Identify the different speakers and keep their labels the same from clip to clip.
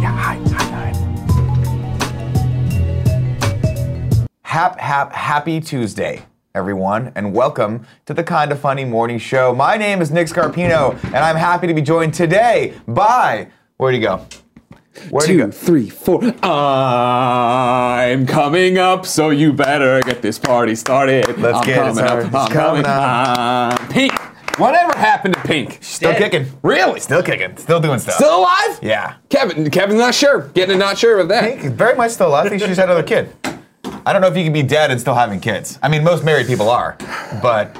Speaker 1: Yeah, hi, hi, hi. Hap, hap, happy Tuesday, everyone, and welcome to the Kinda Funny Morning Show. My name is Nick Scarpino, and I'm happy to be joined today by. Where'd he go? Where'd he
Speaker 2: Two,
Speaker 1: go?
Speaker 2: three, four. I'm coming up, so you better get this party started.
Speaker 1: Let's
Speaker 2: I'm
Speaker 1: get it
Speaker 2: coming
Speaker 1: started.
Speaker 2: Up,
Speaker 1: It's
Speaker 2: I'm
Speaker 1: coming
Speaker 2: coming
Speaker 1: up.
Speaker 2: up. Pink. Whatever happened to Pink?
Speaker 1: Still kicking.
Speaker 2: Really?
Speaker 1: Still kicking. Still doing stuff.
Speaker 2: Still alive?
Speaker 1: Yeah.
Speaker 2: Kevin. Kevin's not sure. Getting a not sure of that.
Speaker 1: He's very much still alive. I think she just had another kid. I don't know if you can be dead and still having kids. I mean, most married people are, but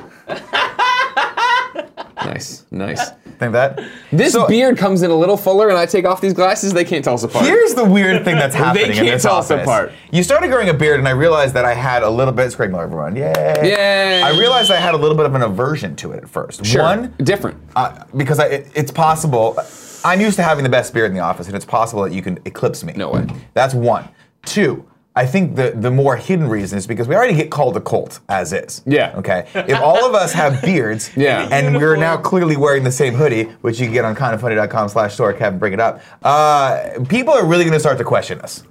Speaker 2: Nice. Nice.
Speaker 1: think that.
Speaker 2: This
Speaker 1: So-
Speaker 2: beard comes in a little fuller, and I take off these glasses. They can't tell us apart.
Speaker 1: Here's the weird thing that's happening. in
Speaker 2: can't
Speaker 1: this
Speaker 2: tell us
Speaker 1: office.
Speaker 2: apart.
Speaker 1: You started growing a beard, and I realized that I had a little bit. It's Greg Miller, everyone. Yay!
Speaker 2: Yay.
Speaker 1: I realized I had a little bit of an aversion to it at first.
Speaker 2: Sure.
Speaker 1: One,
Speaker 2: different.
Speaker 1: uh, because I, it, it's possible. I'm used to having the best beard in the office, and it's possible that you can eclipse me.
Speaker 2: No way.
Speaker 1: That's one. Two. I think the, the more hidden reason is because we already get called a cult as is.
Speaker 2: Yeah.
Speaker 1: Okay. If all of us have beards,
Speaker 2: Yeah.
Speaker 1: and we're now clearly wearing the same hoodie, which you can get on kindoffunny.com slash store, Kevin, bring it up, uh, people are really going to start to question us.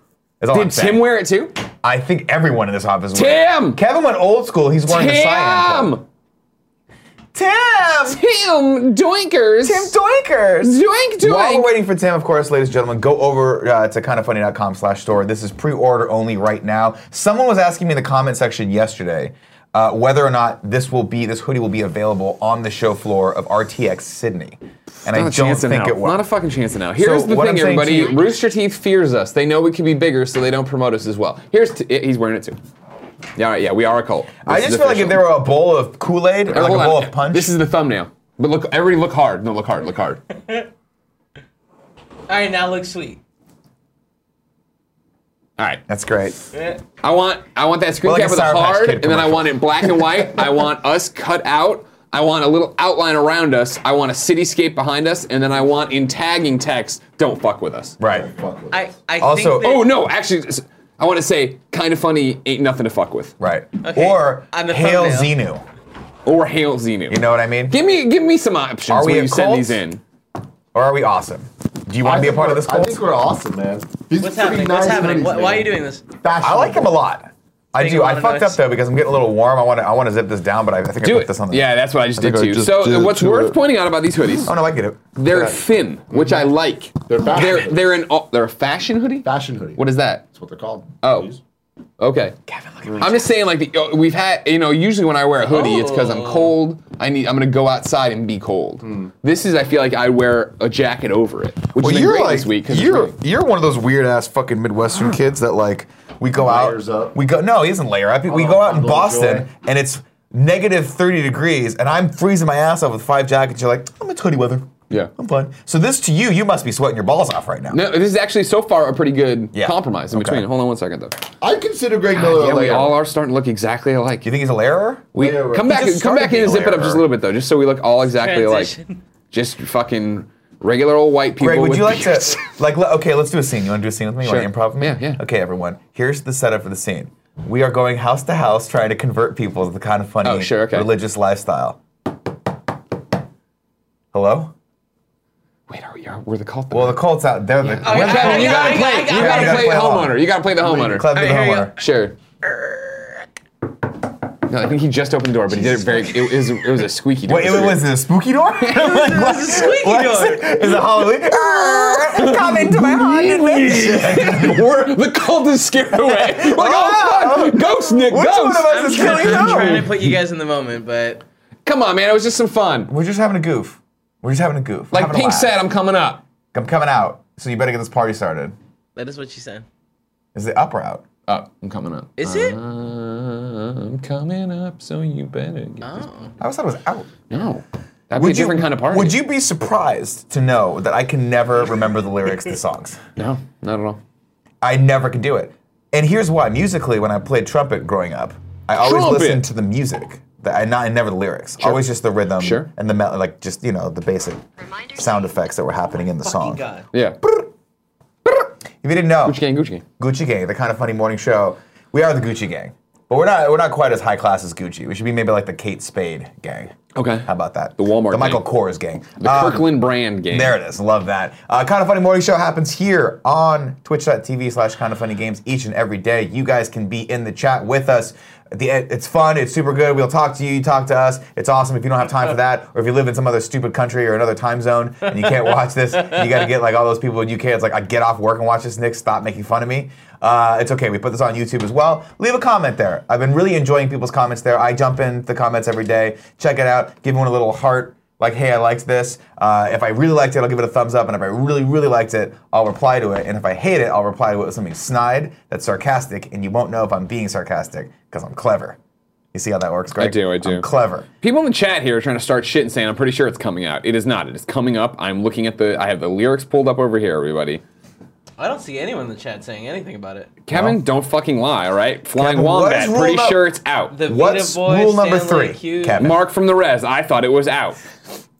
Speaker 1: Is all I'm
Speaker 2: Did
Speaker 1: saying.
Speaker 2: Tim wear it too?
Speaker 1: I think everyone in this office is
Speaker 2: Tim!
Speaker 1: Kevin went old school. He's wearing the cyan.
Speaker 2: Tim.
Speaker 1: Club. Tim!
Speaker 2: Tim Doinkers.
Speaker 1: Tim Doinkers!
Speaker 2: Doink Doink.
Speaker 1: While we're waiting for Tim, of course, ladies and gentlemen, go over uh, to kindoffunny.com slash store. This is pre-order only right now. Someone was asking me in the comment section yesterday uh, whether or not this will be, this hoodie will be available on the show floor of RTX Sydney. And I
Speaker 2: Not a
Speaker 1: don't
Speaker 2: chance in
Speaker 1: think
Speaker 2: hell.
Speaker 1: it will.
Speaker 2: Not a fucking chance in hell. Here's the
Speaker 1: what
Speaker 2: thing,
Speaker 1: I'm saying to
Speaker 2: everybody.
Speaker 1: you-
Speaker 2: Rooster Teeth fears us. They know we could be bigger, so they don't promote us as well. Here's t- yeah, he's wearing it too. Yeah, all right, yeah, we are a cult.
Speaker 1: I
Speaker 2: This
Speaker 1: just
Speaker 2: is
Speaker 1: feel like if
Speaker 2: official.
Speaker 1: there were a bowl of Kool-Aid or like a
Speaker 2: Hold on.
Speaker 1: bowl of punch.
Speaker 2: This is the thumbnail. But look, everybody, look hard. No, look hard. Look hard.
Speaker 3: All right, now look sweet.
Speaker 2: All right.
Speaker 1: That's great.
Speaker 3: Eh,
Speaker 2: I want I want that screen
Speaker 1: Well, like
Speaker 2: cap
Speaker 1: a
Speaker 2: with a
Speaker 1: Sour Patch
Speaker 2: hard,
Speaker 1: Kid
Speaker 2: and then I
Speaker 1: commercial.
Speaker 2: want it in black and white. I want us cut out. I want a little outline around us. I want a cityscape behind us, and then I want in tagging text, "Don't fuck with us."
Speaker 1: Right.
Speaker 3: I, I
Speaker 1: Also-
Speaker 3: think
Speaker 2: Oh no, actually, s- I want to say, kind of funny, ain't nothing to fuck with.
Speaker 1: Right.
Speaker 3: Okay,
Speaker 1: Or
Speaker 3: on the
Speaker 1: Hail
Speaker 3: thumbnail.
Speaker 1: Xenu.
Speaker 2: or Hail Xenu.
Speaker 1: You know what I mean?
Speaker 2: give me give me some options
Speaker 1: Are we
Speaker 2: when
Speaker 1: a
Speaker 2: you send
Speaker 1: cult?
Speaker 2: these in.
Speaker 1: Or are we awesome? Do you want to be a part of this
Speaker 4: I
Speaker 1: cult?
Speaker 4: think we're awesome, man. These
Speaker 3: What's
Speaker 4: pretty
Speaker 3: happening?
Speaker 4: nice
Speaker 3: What's happening?
Speaker 4: hoodies,
Speaker 3: Why, why are
Speaker 4: man.
Speaker 3: you doing this?
Speaker 1: I like him a lot. I
Speaker 3: Making
Speaker 1: do.
Speaker 3: a
Speaker 1: I
Speaker 3: lot of
Speaker 1: fucked
Speaker 3: noise.
Speaker 1: up though because I'm getting a little warm. I want to. I want to zip this down, but I, I think I
Speaker 2: Do
Speaker 1: put
Speaker 2: it.
Speaker 1: this on. The,
Speaker 2: Yeah, that's what I just
Speaker 4: I
Speaker 2: did
Speaker 4: think I
Speaker 2: too.
Speaker 4: just
Speaker 2: So
Speaker 4: did
Speaker 2: what's
Speaker 4: to
Speaker 2: worth
Speaker 4: it.
Speaker 2: pointing out about these hoodies?
Speaker 1: Oh no, I get it.
Speaker 2: They're
Speaker 1: Yeah. Mm-hmm.
Speaker 2: thin, which I like.
Speaker 4: They're fashion.
Speaker 2: They're they're an oh, they're a fashion hoodie.
Speaker 4: fashion hoodie.
Speaker 2: What is that?
Speaker 4: That's what they're called.
Speaker 2: Oh.
Speaker 4: Hoodies.
Speaker 2: Okay.
Speaker 1: Kevin, look at me.
Speaker 2: I'm just saying, like the, oh, we've had, you know, usually when I wear a hoodie, it's because I'm
Speaker 3: Oh.
Speaker 2: cold. I need, I'm gonna go outside and be cold.
Speaker 1: Hmm.
Speaker 2: This is, I feel like I wear a jacket over it, which
Speaker 4: Well,
Speaker 2: is
Speaker 4: you're
Speaker 2: great
Speaker 4: like-
Speaker 2: this week. 'cause it's
Speaker 1: You're
Speaker 2: raining.
Speaker 1: you're one of those weird ass fucking Midwestern kids that like we go
Speaker 4: Layers
Speaker 1: out.
Speaker 4: up.
Speaker 1: We go. No, he doesn't layer up. We go
Speaker 4: Oh,
Speaker 1: out in
Speaker 4: bundle of
Speaker 1: Boston
Speaker 4: joy.
Speaker 1: and it's negative 30 degrees and I'm freezing my ass off with five jackets. You're like, I'm in hoodie weather.
Speaker 2: Yeah.
Speaker 1: I'm fine. So this to you, you must be sweating your balls off right now.
Speaker 2: No, this is actually so far a pretty good
Speaker 1: Yeah.
Speaker 2: compromise in
Speaker 1: Okay. uh,
Speaker 2: between. Hold on one second though.
Speaker 4: I consider Greg Miller
Speaker 2: yeah,
Speaker 4: a
Speaker 2: we
Speaker 4: layer.
Speaker 2: all are starting to look exactly alike.
Speaker 1: Do you think he's a layerer?
Speaker 2: We
Speaker 4: Layer
Speaker 2: come
Speaker 4: work.
Speaker 2: back,
Speaker 1: He just
Speaker 2: come back
Speaker 1: started
Speaker 2: in and zip
Speaker 1: being
Speaker 2: it up
Speaker 1: aware.
Speaker 2: just a little bit though, just so we look all exactly alike.
Speaker 3: Transition.
Speaker 2: Just fucking regular old white people.
Speaker 1: Greg, would
Speaker 2: with
Speaker 1: you like
Speaker 2: beards.
Speaker 1: to like? le- Okay, let's do a scene. You want to do a scene with me? You
Speaker 2: Sure.
Speaker 1: want to improv with me?
Speaker 2: Yeah, yeah.
Speaker 1: Okay, everyone. Here's the setup for the scene. We are going house to house trying to convert people to the kind of funny
Speaker 2: Oh, sure, okay.
Speaker 1: religious lifestyle. Hello.
Speaker 2: Wait, are we? Are, we're the cult.
Speaker 1: Well, the cult's out. They're the.
Speaker 3: Oh,
Speaker 1: We're
Speaker 3: yeah,
Speaker 1: the-
Speaker 2: Kevin, you
Speaker 3: I
Speaker 2: gotta
Speaker 3: got it,
Speaker 2: play.
Speaker 3: I got it,
Speaker 2: You
Speaker 3: I
Speaker 2: gotta
Speaker 1: got it.
Speaker 2: play the
Speaker 1: Play along.
Speaker 2: homeowner. You gotta play the homeowner.
Speaker 1: Club to the
Speaker 3: Alright, here we
Speaker 1: homeowner.
Speaker 2: Sure. No, I think he just opened the door, but he did it very. It was, it was a squeaky door.
Speaker 1: Wait,
Speaker 2: It
Speaker 1: it was
Speaker 2: was weird.
Speaker 1: it a spooky door? I'm like,
Speaker 3: It was a squeaky door.
Speaker 1: Is it Halloween? Arr, Come into my haunted mansion.
Speaker 2: We're, the cult is scared away. We're like, oh, fuck, ghost Nick,
Speaker 1: Which
Speaker 2: ghost.
Speaker 1: one of us is
Speaker 3: I'm
Speaker 1: killing
Speaker 3: trying
Speaker 1: who?
Speaker 3: to put you guys in the moment, but
Speaker 2: Come on, man. It was just some fun.
Speaker 1: We're just having a goof. We're just having a goof. We're
Speaker 2: Like
Speaker 1: having a
Speaker 2: Pink
Speaker 1: laugh.
Speaker 2: said, I'm coming up.
Speaker 1: I'm coming out, so you better get this party started.
Speaker 3: that is what she said.
Speaker 1: Is it up or out?
Speaker 2: up. Oh, I'm coming up.
Speaker 3: Is it?
Speaker 2: I'm coming up, so you better get this.
Speaker 3: Oh.
Speaker 1: I always thought it was out.
Speaker 2: No. That'd be a different kind of party.
Speaker 1: Would you be surprised to know that I can never remember the lyrics to songs?
Speaker 2: No, not at all.
Speaker 1: I never could do it. And here's why: musically, when I played trumpet growing up, I always
Speaker 2: Trumpet.
Speaker 1: listened to the music. The- I not, and never the lyrics. Always just the rhythm
Speaker 2: Sure.
Speaker 1: and the mel- like, just you know, the basic sound effects that were happening in the song.
Speaker 3: God.
Speaker 2: Yeah.
Speaker 1: If you didn't know,
Speaker 2: Gucci gang, Gucci gang.
Speaker 1: Gucci Gang, the kind of funny morning show. We are the Gucci Gang, but we're not. We're not quite as high class as Gucci. We should be maybe like the Kate Spade Gang.
Speaker 2: Okay. Um,
Speaker 1: How about that?
Speaker 2: The Walmart
Speaker 1: The Michael
Speaker 2: gang.
Speaker 1: Kors Gang.
Speaker 2: The Kirkland brand game.
Speaker 1: There it is. Love that. Uh, kind of Funny Morning Show happens here on twitch.tv slash kind of funny games each and every day. You guys can be in the chat with us. The, it's fun. It's super good. We'll talk to you. You talk to us. It's awesome. If you don't have time for that, or if you live in some other stupid country or another time zone and you can't watch this, you got to get like all those people in UK. It's like, I get off work and watch this, Nick. Stop making fun of me. Uh, it's okay. We put this on YouTube as well. Leave a comment there. I've been really enjoying people's comments there. I jump in the comments every day. Check it out. Give one a little heart like, hey, I liked this. Uh, if I really liked it, I'll give it a thumbs up. And if I really, really liked it, I'll reply to it. And if I hate it, I'll reply to it with something snide that's sarcastic. And you won't know if I'm being sarcastic because I'm clever. You see how that works, Greg?
Speaker 2: do, I do.
Speaker 1: I'm clever.
Speaker 2: People in the chat here are trying to start shit and saying, I'm pretty sure it's coming out. It is not. It is coming up. I'm looking at the, I have the lyrics pulled up over here, everybody.
Speaker 3: I don't see anyone in the chat saying anything about it.
Speaker 2: Kevin, don't fucking lie, all right? Flying
Speaker 1: Kevin, what
Speaker 2: Wombat,
Speaker 1: is rule
Speaker 2: pretty
Speaker 1: num-
Speaker 2: sure it's out.
Speaker 3: The
Speaker 1: What's
Speaker 3: Vita Boy,
Speaker 1: rule number
Speaker 3: Stanley
Speaker 1: three,
Speaker 3: Hughes.
Speaker 1: Kevin?
Speaker 2: Mark from the res, I thought it was out.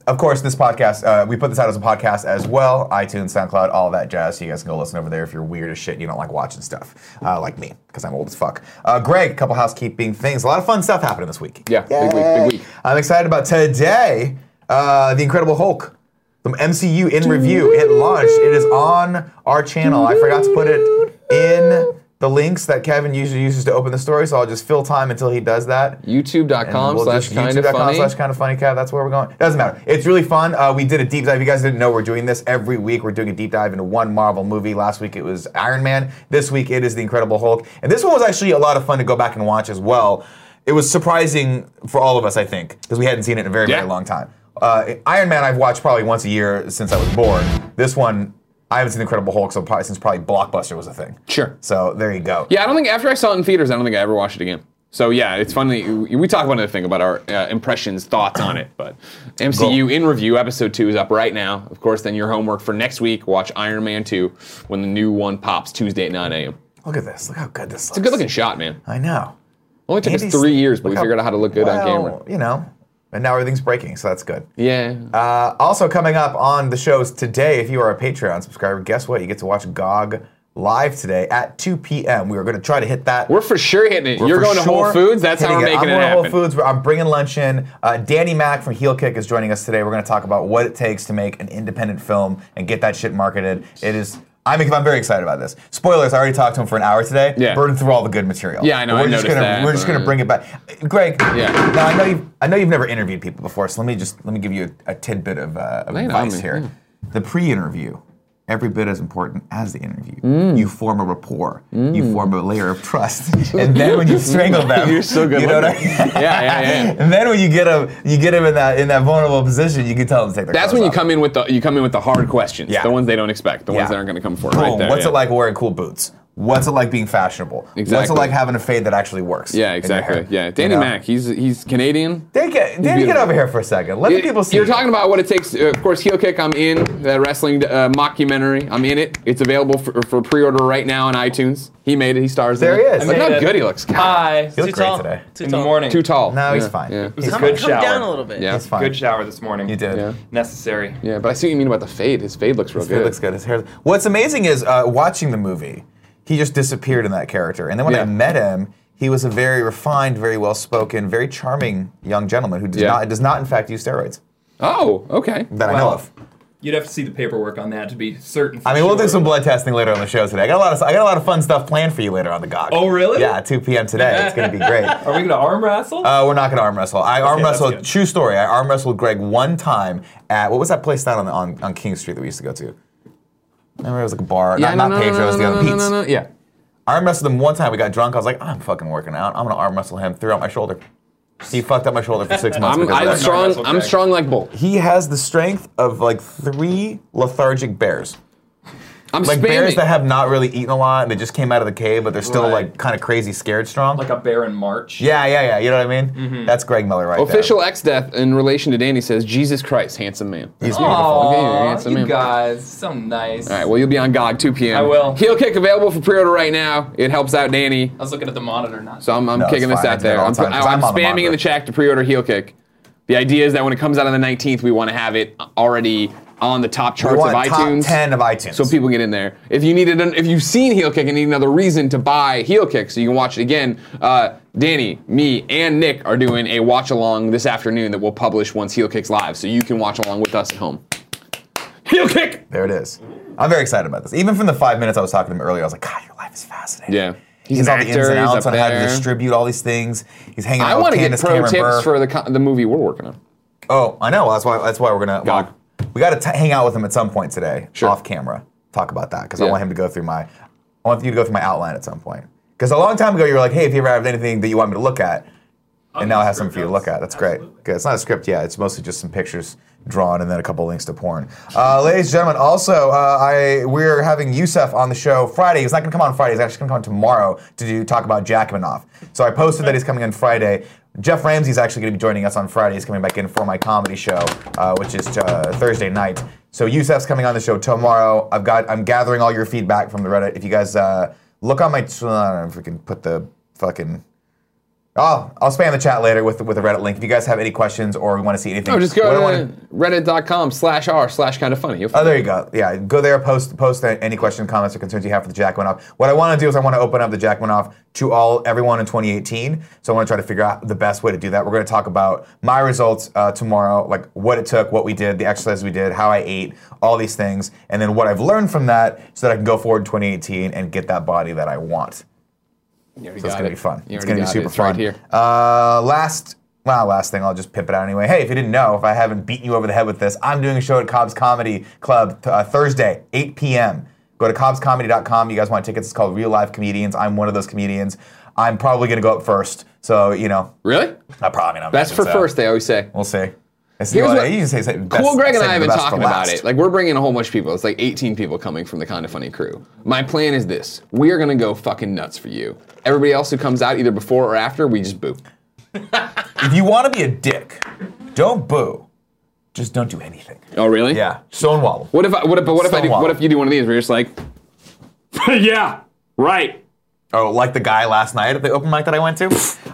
Speaker 1: Of course, this podcast, uh, we put this out as a podcast as well iTunes, SoundCloud, all that jazz. So you guys can go listen over there if you're weird as shit and you don't like watching stuff, uh, like me, because I'm old as fuck. Uh, Greg, a couple housekeeping things. A lot of fun stuff happening this week.
Speaker 2: Yeah, big week, big week.
Speaker 1: I'm excited about today. Uh, the Incredible Hulk, the MCU in review. It launched. It is on our channel. I forgot to put it in the links that Kevin usually uses to open the story, so I'll just fill time until he does that. And
Speaker 2: YouTube.com
Speaker 1: we'll
Speaker 2: slash
Speaker 1: just-
Speaker 2: kind of
Speaker 1: youtube.com
Speaker 2: funny.
Speaker 1: slash kind of funny cat. That's where we're going. Doesn't matter. It's really fun. Uh, we did a deep dive. If you guys didn't know, we're doing this every week. We're doing a deep dive into one Marvel movie. Last week it was Iron Man. This week it is The Incredible Hulk. And this one was actually a lot of fun to go back and watch as well. It was surprising for all of us, I think, because we hadn't seen it in a very,
Speaker 2: Yeah.
Speaker 1: very long time. Uh, Iron Man I've watched probably once a year since I was born. This one I haven't seen The Incredible Hulk so probably, since probably Blockbuster was a thing.
Speaker 2: Sure.
Speaker 1: So there you go.
Speaker 2: Yeah, I don't think after I saw it in theaters, I don't think I ever watched it again. So yeah, it's funny. We talk about another thing about our uh, impressions, thoughts on it. But MCU in review episode two is up right now. Of course, then your homework for next week: watch Iron Man two when the new one pops Tuesday at 9 a.m.
Speaker 1: Look at this. Look how good this looks.
Speaker 2: It's a good-looking shot, man.
Speaker 1: I know.
Speaker 2: Only took us
Speaker 1: Andy's-
Speaker 2: three years, but we
Speaker 1: look how-
Speaker 2: figured out how to look good on
Speaker 1: well,
Speaker 2: camera.
Speaker 1: You know, and now everything's breaking, so that's good.
Speaker 2: Yeah.
Speaker 1: Uh, also coming up on the shows today, if you are a Patreon subscriber, guess what? You get to watch GOG live today at 2 p.m. We are going to try to hit that.
Speaker 2: we're for sure hitting it.
Speaker 1: We're
Speaker 2: You're
Speaker 1: for
Speaker 2: going to Whole
Speaker 1: sure
Speaker 2: Foods. That's how
Speaker 1: hitting
Speaker 2: we're making
Speaker 1: I'm
Speaker 2: it
Speaker 1: going to
Speaker 2: happen.
Speaker 1: Whole Foods. We're- I'm bringing lunch in. Uh, Danny Mack from Heel Kick is joining us today. We're going to talk about what it takes to make an independent film and get that shit marketed. It is. I mean, I'm very excited about this. Spoilers. I already talked to him for an hour today.
Speaker 2: Yeah.
Speaker 1: Burned through all the good material.
Speaker 2: Yeah, I know,
Speaker 1: We're
Speaker 2: I
Speaker 1: just
Speaker 2: noticed
Speaker 1: gonna
Speaker 2: that,
Speaker 1: we're just
Speaker 2: but-
Speaker 1: gonna bring it back. Greg.
Speaker 2: Yeah.
Speaker 1: Now I know you. I know you've never interviewed people before, so let me just let me give you a, a tidbit of, uh, of
Speaker 2: Lay it on
Speaker 1: advice
Speaker 2: me,
Speaker 1: here.
Speaker 2: yeah.
Speaker 1: The pre-interview, every bit as important as the interview.
Speaker 2: Mm.
Speaker 1: You form a rapport. You form a layer of trust, and then when you strangle them,
Speaker 2: You're so good
Speaker 1: You know what
Speaker 2: looking.
Speaker 1: I mean?
Speaker 2: Yeah, yeah, yeah.
Speaker 1: And then when you get them, you get them in that in that vulnerable position. You can tell them to take their.
Speaker 2: That's
Speaker 1: clothes
Speaker 2: when you
Speaker 1: off.
Speaker 2: come in with the you come in with the hard questions,
Speaker 1: Yeah.
Speaker 2: the ones they don't expect, the
Speaker 1: Yeah.
Speaker 2: ones that aren't going to come forward.
Speaker 1: Boom.
Speaker 2: Right there,
Speaker 1: What's
Speaker 2: yeah.
Speaker 1: it like wearing cool boots? What's it like being fashionable? What's it
Speaker 2: Exactly.
Speaker 1: like having a fade that actually works? in
Speaker 2: Yeah,
Speaker 1: your
Speaker 2: exactly.
Speaker 1: hair?
Speaker 2: Yeah, Danny
Speaker 1: You know?
Speaker 2: Mack. He's he's Canadian.
Speaker 1: Danny, get, Danny, get
Speaker 2: beautiful.
Speaker 1: over here for a second. Let the people see.
Speaker 2: You're
Speaker 1: you.
Speaker 2: talking about what it takes. uh, Of course, Heel Kick. I'm in that wrestling uh, mockumentary. I'm in it. It's available for, for pre-order right now on iTunes. He made it. He stars.
Speaker 1: There
Speaker 2: in it.
Speaker 1: he is.
Speaker 2: Look
Speaker 1: I
Speaker 2: how
Speaker 1: made
Speaker 3: it.
Speaker 2: good he looks. God,
Speaker 5: Hi.
Speaker 1: You look
Speaker 3: Too
Speaker 1: great
Speaker 3: tall.
Speaker 1: today.
Speaker 3: Too
Speaker 5: in the
Speaker 3: tall.
Speaker 5: morning.
Speaker 2: too tall.
Speaker 1: No, he's
Speaker 2: Yeah,
Speaker 1: fine.
Speaker 2: Yeah.
Speaker 5: It was a
Speaker 3: Come,
Speaker 5: good
Speaker 3: come
Speaker 5: shower.
Speaker 3: down a little bit.
Speaker 2: Yeah.
Speaker 1: It's fine.
Speaker 5: Good shower this morning.
Speaker 1: You did.
Speaker 2: Yeah.
Speaker 5: Necessary.
Speaker 2: Yeah, but I see what you mean about the fade. His fade looks real
Speaker 1: His hair
Speaker 2: good.
Speaker 1: looks good. His hair. What's amazing is uh, watching the movie. He just disappeared in that character, and then when I
Speaker 2: Yeah.
Speaker 1: met him, he was a very refined, very well-spoken, very charming young gentleman who does
Speaker 2: Yeah.
Speaker 1: not does not in fact use steroids
Speaker 2: Oh, okay.
Speaker 1: that I know
Speaker 5: Wow.
Speaker 1: of.
Speaker 5: You'd have to see the paperwork on that to be certain. For
Speaker 1: I mean, we'll do
Speaker 5: sure.
Speaker 1: some blood testing later on the show today. I got a lot of I got a lot of fun stuff planned for you later on the GOG.
Speaker 5: Oh, really?
Speaker 1: Yeah, 2 p.m. today. It's gonna be great.
Speaker 5: Are we gonna arm wrestle?
Speaker 1: Uh, we're not gonna arm wrestle. I arm
Speaker 5: Okay, that's
Speaker 1: wrestled.
Speaker 5: good.
Speaker 1: True story. I arm wrestled Greg one time at what was that place down on on, on King Street that we used to go to? Remember it was like a bar.
Speaker 2: Yeah,
Speaker 1: not
Speaker 2: no,
Speaker 1: not
Speaker 2: no, no,
Speaker 1: Pedro's.
Speaker 2: no,
Speaker 1: the
Speaker 2: no,
Speaker 1: other
Speaker 2: no,
Speaker 1: Pete's.
Speaker 2: no, no, no. Yeah.
Speaker 1: I arm wrestled him one time. We got drunk. I was like, I'm fucking working out. I'm gonna arm wrestle him. Threw out my shoulder. He fucked up my shoulder for six months.
Speaker 2: I'm,
Speaker 1: because of
Speaker 2: I'm
Speaker 1: that.
Speaker 5: strong-
Speaker 2: strong. I'm
Speaker 5: Greg.
Speaker 2: strong like bull.
Speaker 1: He has the strength of like three lethargic bears.
Speaker 2: I'm
Speaker 1: like bears
Speaker 2: spamming-
Speaker 1: that have not really eaten a lot and they just came out of the cave, but they're still
Speaker 5: Right.
Speaker 1: like kind of crazy, scared, strong.
Speaker 5: Like a bear in March.
Speaker 1: yeah, yeah, yeah. You know what I mean? That's Greg Miller right
Speaker 2: Mm-hmm. Official X Death in relation to Danny says, Jesus Christ, handsome man.
Speaker 1: there. He's beautiful.
Speaker 2: Okay, you're
Speaker 5: Aw,
Speaker 2: handsome,
Speaker 5: you
Speaker 2: man.
Speaker 5: guys, so nice.
Speaker 2: All right, well, you'll be on GOG 2 p.m.
Speaker 5: I will.
Speaker 2: Heel Kick available for pre order right now. It helps out Danny.
Speaker 5: I was looking at the monitor, not.
Speaker 2: So I'm, I'm
Speaker 1: No, it's
Speaker 2: kicking this
Speaker 1: fine.
Speaker 2: out
Speaker 1: It's been
Speaker 2: there.
Speaker 1: a long
Speaker 2: I'm,
Speaker 1: time, 'cause
Speaker 2: I'm
Speaker 1: I'm on the
Speaker 2: spamming in
Speaker 1: monitor.
Speaker 2: the chat to pre order Heel Kick. The idea is that when it comes out on the 19th, we want to have it already on the top charts
Speaker 1: We want
Speaker 2: of
Speaker 1: top
Speaker 2: iTunes.
Speaker 1: ten of iTunes.
Speaker 2: So people get in there. If you needed, an, if you've seen Heel Kick and need another reason to buy Heel Kick, so you can watch it again. Uh, Danny, me, and Nick are doing a watch along this afternoon that we'll publish once Heel Kick's live, so you can watch along with us at home. Heel Kick.
Speaker 1: there it is. I'm very excited about this. Even from the five minutes I was talking to him earlier, I was like, God, your life is fascinating.
Speaker 2: Yeah,
Speaker 1: He's, all the ins and outs on how to
Speaker 2: there.
Speaker 1: distribute all these things. He's hanging out
Speaker 2: I
Speaker 1: with
Speaker 2: want to get
Speaker 1: Oh, Candace
Speaker 2: pro
Speaker 1: Cameron
Speaker 2: tips
Speaker 1: Burr.
Speaker 2: for the co- the movie we're working on.
Speaker 1: Oh, I know. That's why. That's why we're gonna.
Speaker 2: Gog.
Speaker 1: well, we got to hang out with him at some point today,
Speaker 2: Sure.
Speaker 1: off camera. Talk about that because I
Speaker 2: Yeah.
Speaker 1: want him to go through my. I want you to go through my outline at some point. Because a long time ago, you were like, "Hey, if you ever have anything that you want me to look at," and now I have something for you to look at. That's great. Good. It's not a script, yeah. It's mostly just some pictures drawn and then a couple links to porn. Uh, ladies and gentlemen, also, uh, I we're having Yusef on the show Friday. He's not going to come on Friday. He's actually going to come on tomorrow to do talk about Jakimanoff. So I posted that he's coming on Friday. Jeff Ramsey's actually going to be joining us on Friday. He's coming back in for my comedy show, uh, which is uh, Thursday night. So Yusef's coming on the show tomorrow. I've got I'm gathering all your feedback from the Reddit. If you guys uh, look on my, I don't know if we can put the fucking Oh, I'll spam the chat later with with a Reddit link. If you guys have any questions or want to see anything,
Speaker 2: No, Oh, just go
Speaker 1: What I
Speaker 2: to
Speaker 1: wanna-
Speaker 2: reddit.com slash r slash kind of funny. You'll
Speaker 1: Oh,
Speaker 2: find
Speaker 1: there you go. Yeah, go there. Post post a- any questions, comments, or concerns you have for the Jack Winoff. What I want to do is I want to open up the Jack Winoff to all everyone in 2018. So I want to try to figure out the best way to do that. We're going to talk about my results uh, tomorrow, like what it took, what we did, the exercises we did, how I ate, all these things, and then what I've learned from that, so that I can go forward in 2018 and get that body that I want.
Speaker 2: You already
Speaker 1: So it's
Speaker 2: got
Speaker 1: gonna
Speaker 2: it.
Speaker 1: be fun.
Speaker 2: You
Speaker 1: it's
Speaker 2: already
Speaker 1: gonna be
Speaker 2: got it.
Speaker 1: super
Speaker 2: It's
Speaker 1: fun.
Speaker 2: right here.
Speaker 1: Uh, last, well, last thing. I'll just pip it out anyway. Hey, if you didn't know, if I haven't beaten you over the head with this, I'm doing a show at Cobb's Comedy Club uh, Thursday, 8 p.m. Go to cobbscomedy.com. You guys want tickets? It's called Real Life Comedians. I'm one of those comedians. I'm probably gonna go up first. So you know,
Speaker 2: Really?
Speaker 1: I probably not.
Speaker 2: That's for
Speaker 1: so.
Speaker 2: first, they always say.
Speaker 1: We'll see. It's-
Speaker 2: Here's
Speaker 1: you know,
Speaker 2: what-
Speaker 1: you just say- say best-
Speaker 2: Cool Greg and
Speaker 1: save
Speaker 2: I have
Speaker 1: the
Speaker 2: been
Speaker 1: best for
Speaker 2: talking about
Speaker 1: last.
Speaker 2: it. Like we're bringing a whole bunch of people. It's like 18 people coming from the kind of funny crew. My plan is this: we are gonna go fucking nuts for you. Everybody else who comes out either before or after, we just boo.
Speaker 1: if you want to be a dick, don't boo. Just don't do anything.
Speaker 2: Oh really?
Speaker 1: Yeah, stonewall.
Speaker 2: What if I, what if but what if I do,
Speaker 1: Stonewall.
Speaker 2: what if you do one of these? Where you're just like, yeah, right.
Speaker 1: Oh, like the guy last night at the open mic that I went to.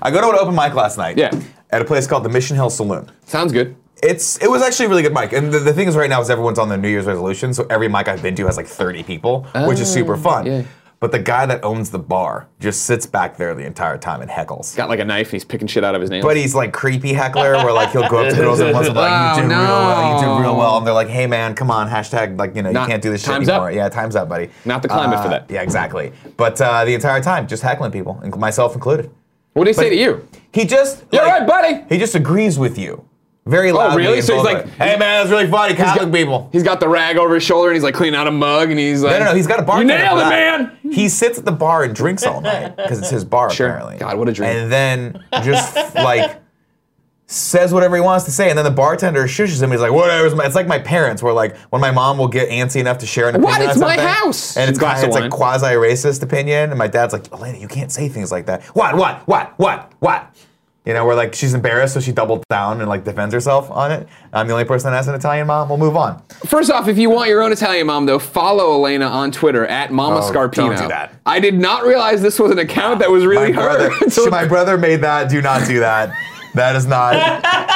Speaker 1: I go to an open mic last night.
Speaker 2: Yeah.
Speaker 1: At a place called the Mission Hill Saloon.
Speaker 2: Sounds good.
Speaker 1: It's it was actually a really good mic. And the, the thing is right now is everyone's on their New Year's resolution, so every mic I've been to has like 30 people, which is super fun.
Speaker 2: Oh, yeah.
Speaker 1: But the guy that owns the bar just sits back there the entire time and heckles.
Speaker 2: Got like a knife. and He's picking shit out of his nails.
Speaker 1: But he's like creepy heckler where like he'll go up to girls and once and be like,
Speaker 2: Oh,
Speaker 1: you did real well, you
Speaker 2: no.
Speaker 1: did real well. And they're like, hey man, come on, hashtag like, you know,
Speaker 2: Not-
Speaker 1: you can't do this shit
Speaker 2: time's up.
Speaker 1: anymore. Yeah, time's up, buddy.
Speaker 2: Not the climate for
Speaker 1: Uh,
Speaker 2: that.
Speaker 1: Yeah, exactly. But uh, the entire time, just heckling people, inc- myself included.
Speaker 2: what do he say to you?
Speaker 1: He just
Speaker 2: You're
Speaker 1: like,
Speaker 2: right, buddy.
Speaker 1: He just agrees with you. Very loudly.
Speaker 2: really?
Speaker 1: and
Speaker 2: So he's
Speaker 1: boldly.
Speaker 2: like-
Speaker 1: "Hey man, that's really funny, Catholic people."
Speaker 2: He's got the rag over his shoulder and he's like cleaning out a mug and he's
Speaker 1: No,
Speaker 2: like,
Speaker 1: no, no. He's got a bar.
Speaker 2: You nailed it, man.
Speaker 1: He sits at the bar and drinks all night because it's his bar
Speaker 2: Sure.
Speaker 1: apparently.
Speaker 2: God, what a dream.
Speaker 1: And then just like says whatever he wants to say, and then the bartender shushes him. He's like, "Whatever." It's, my, it's like my parents, where like when my mom will get antsy enough to share an opinion.
Speaker 2: What?
Speaker 1: on
Speaker 2: It's my
Speaker 1: something,
Speaker 2: house.
Speaker 1: and it's,
Speaker 2: Glass
Speaker 1: kind
Speaker 2: of
Speaker 1: of, it's
Speaker 2: wine.
Speaker 1: like quasi racist opinion, and my dad's like, "Elena, you can't say things like that." What? What? What? What? What? You know, where like she's embarrassed, so she doubled down and like defends herself on it. I'm the only person that has an Italian mom. We'll move on.
Speaker 2: First off, if you want your own Italian mom, though, follow Elena on Twitter at Mama
Speaker 1: Oh,
Speaker 2: Scarpino.
Speaker 1: don't do that.
Speaker 2: I did not realize this was an account that was really
Speaker 1: my
Speaker 2: her.
Speaker 1: brother,
Speaker 2: So-
Speaker 1: my brother made that. Do not do that. That is not.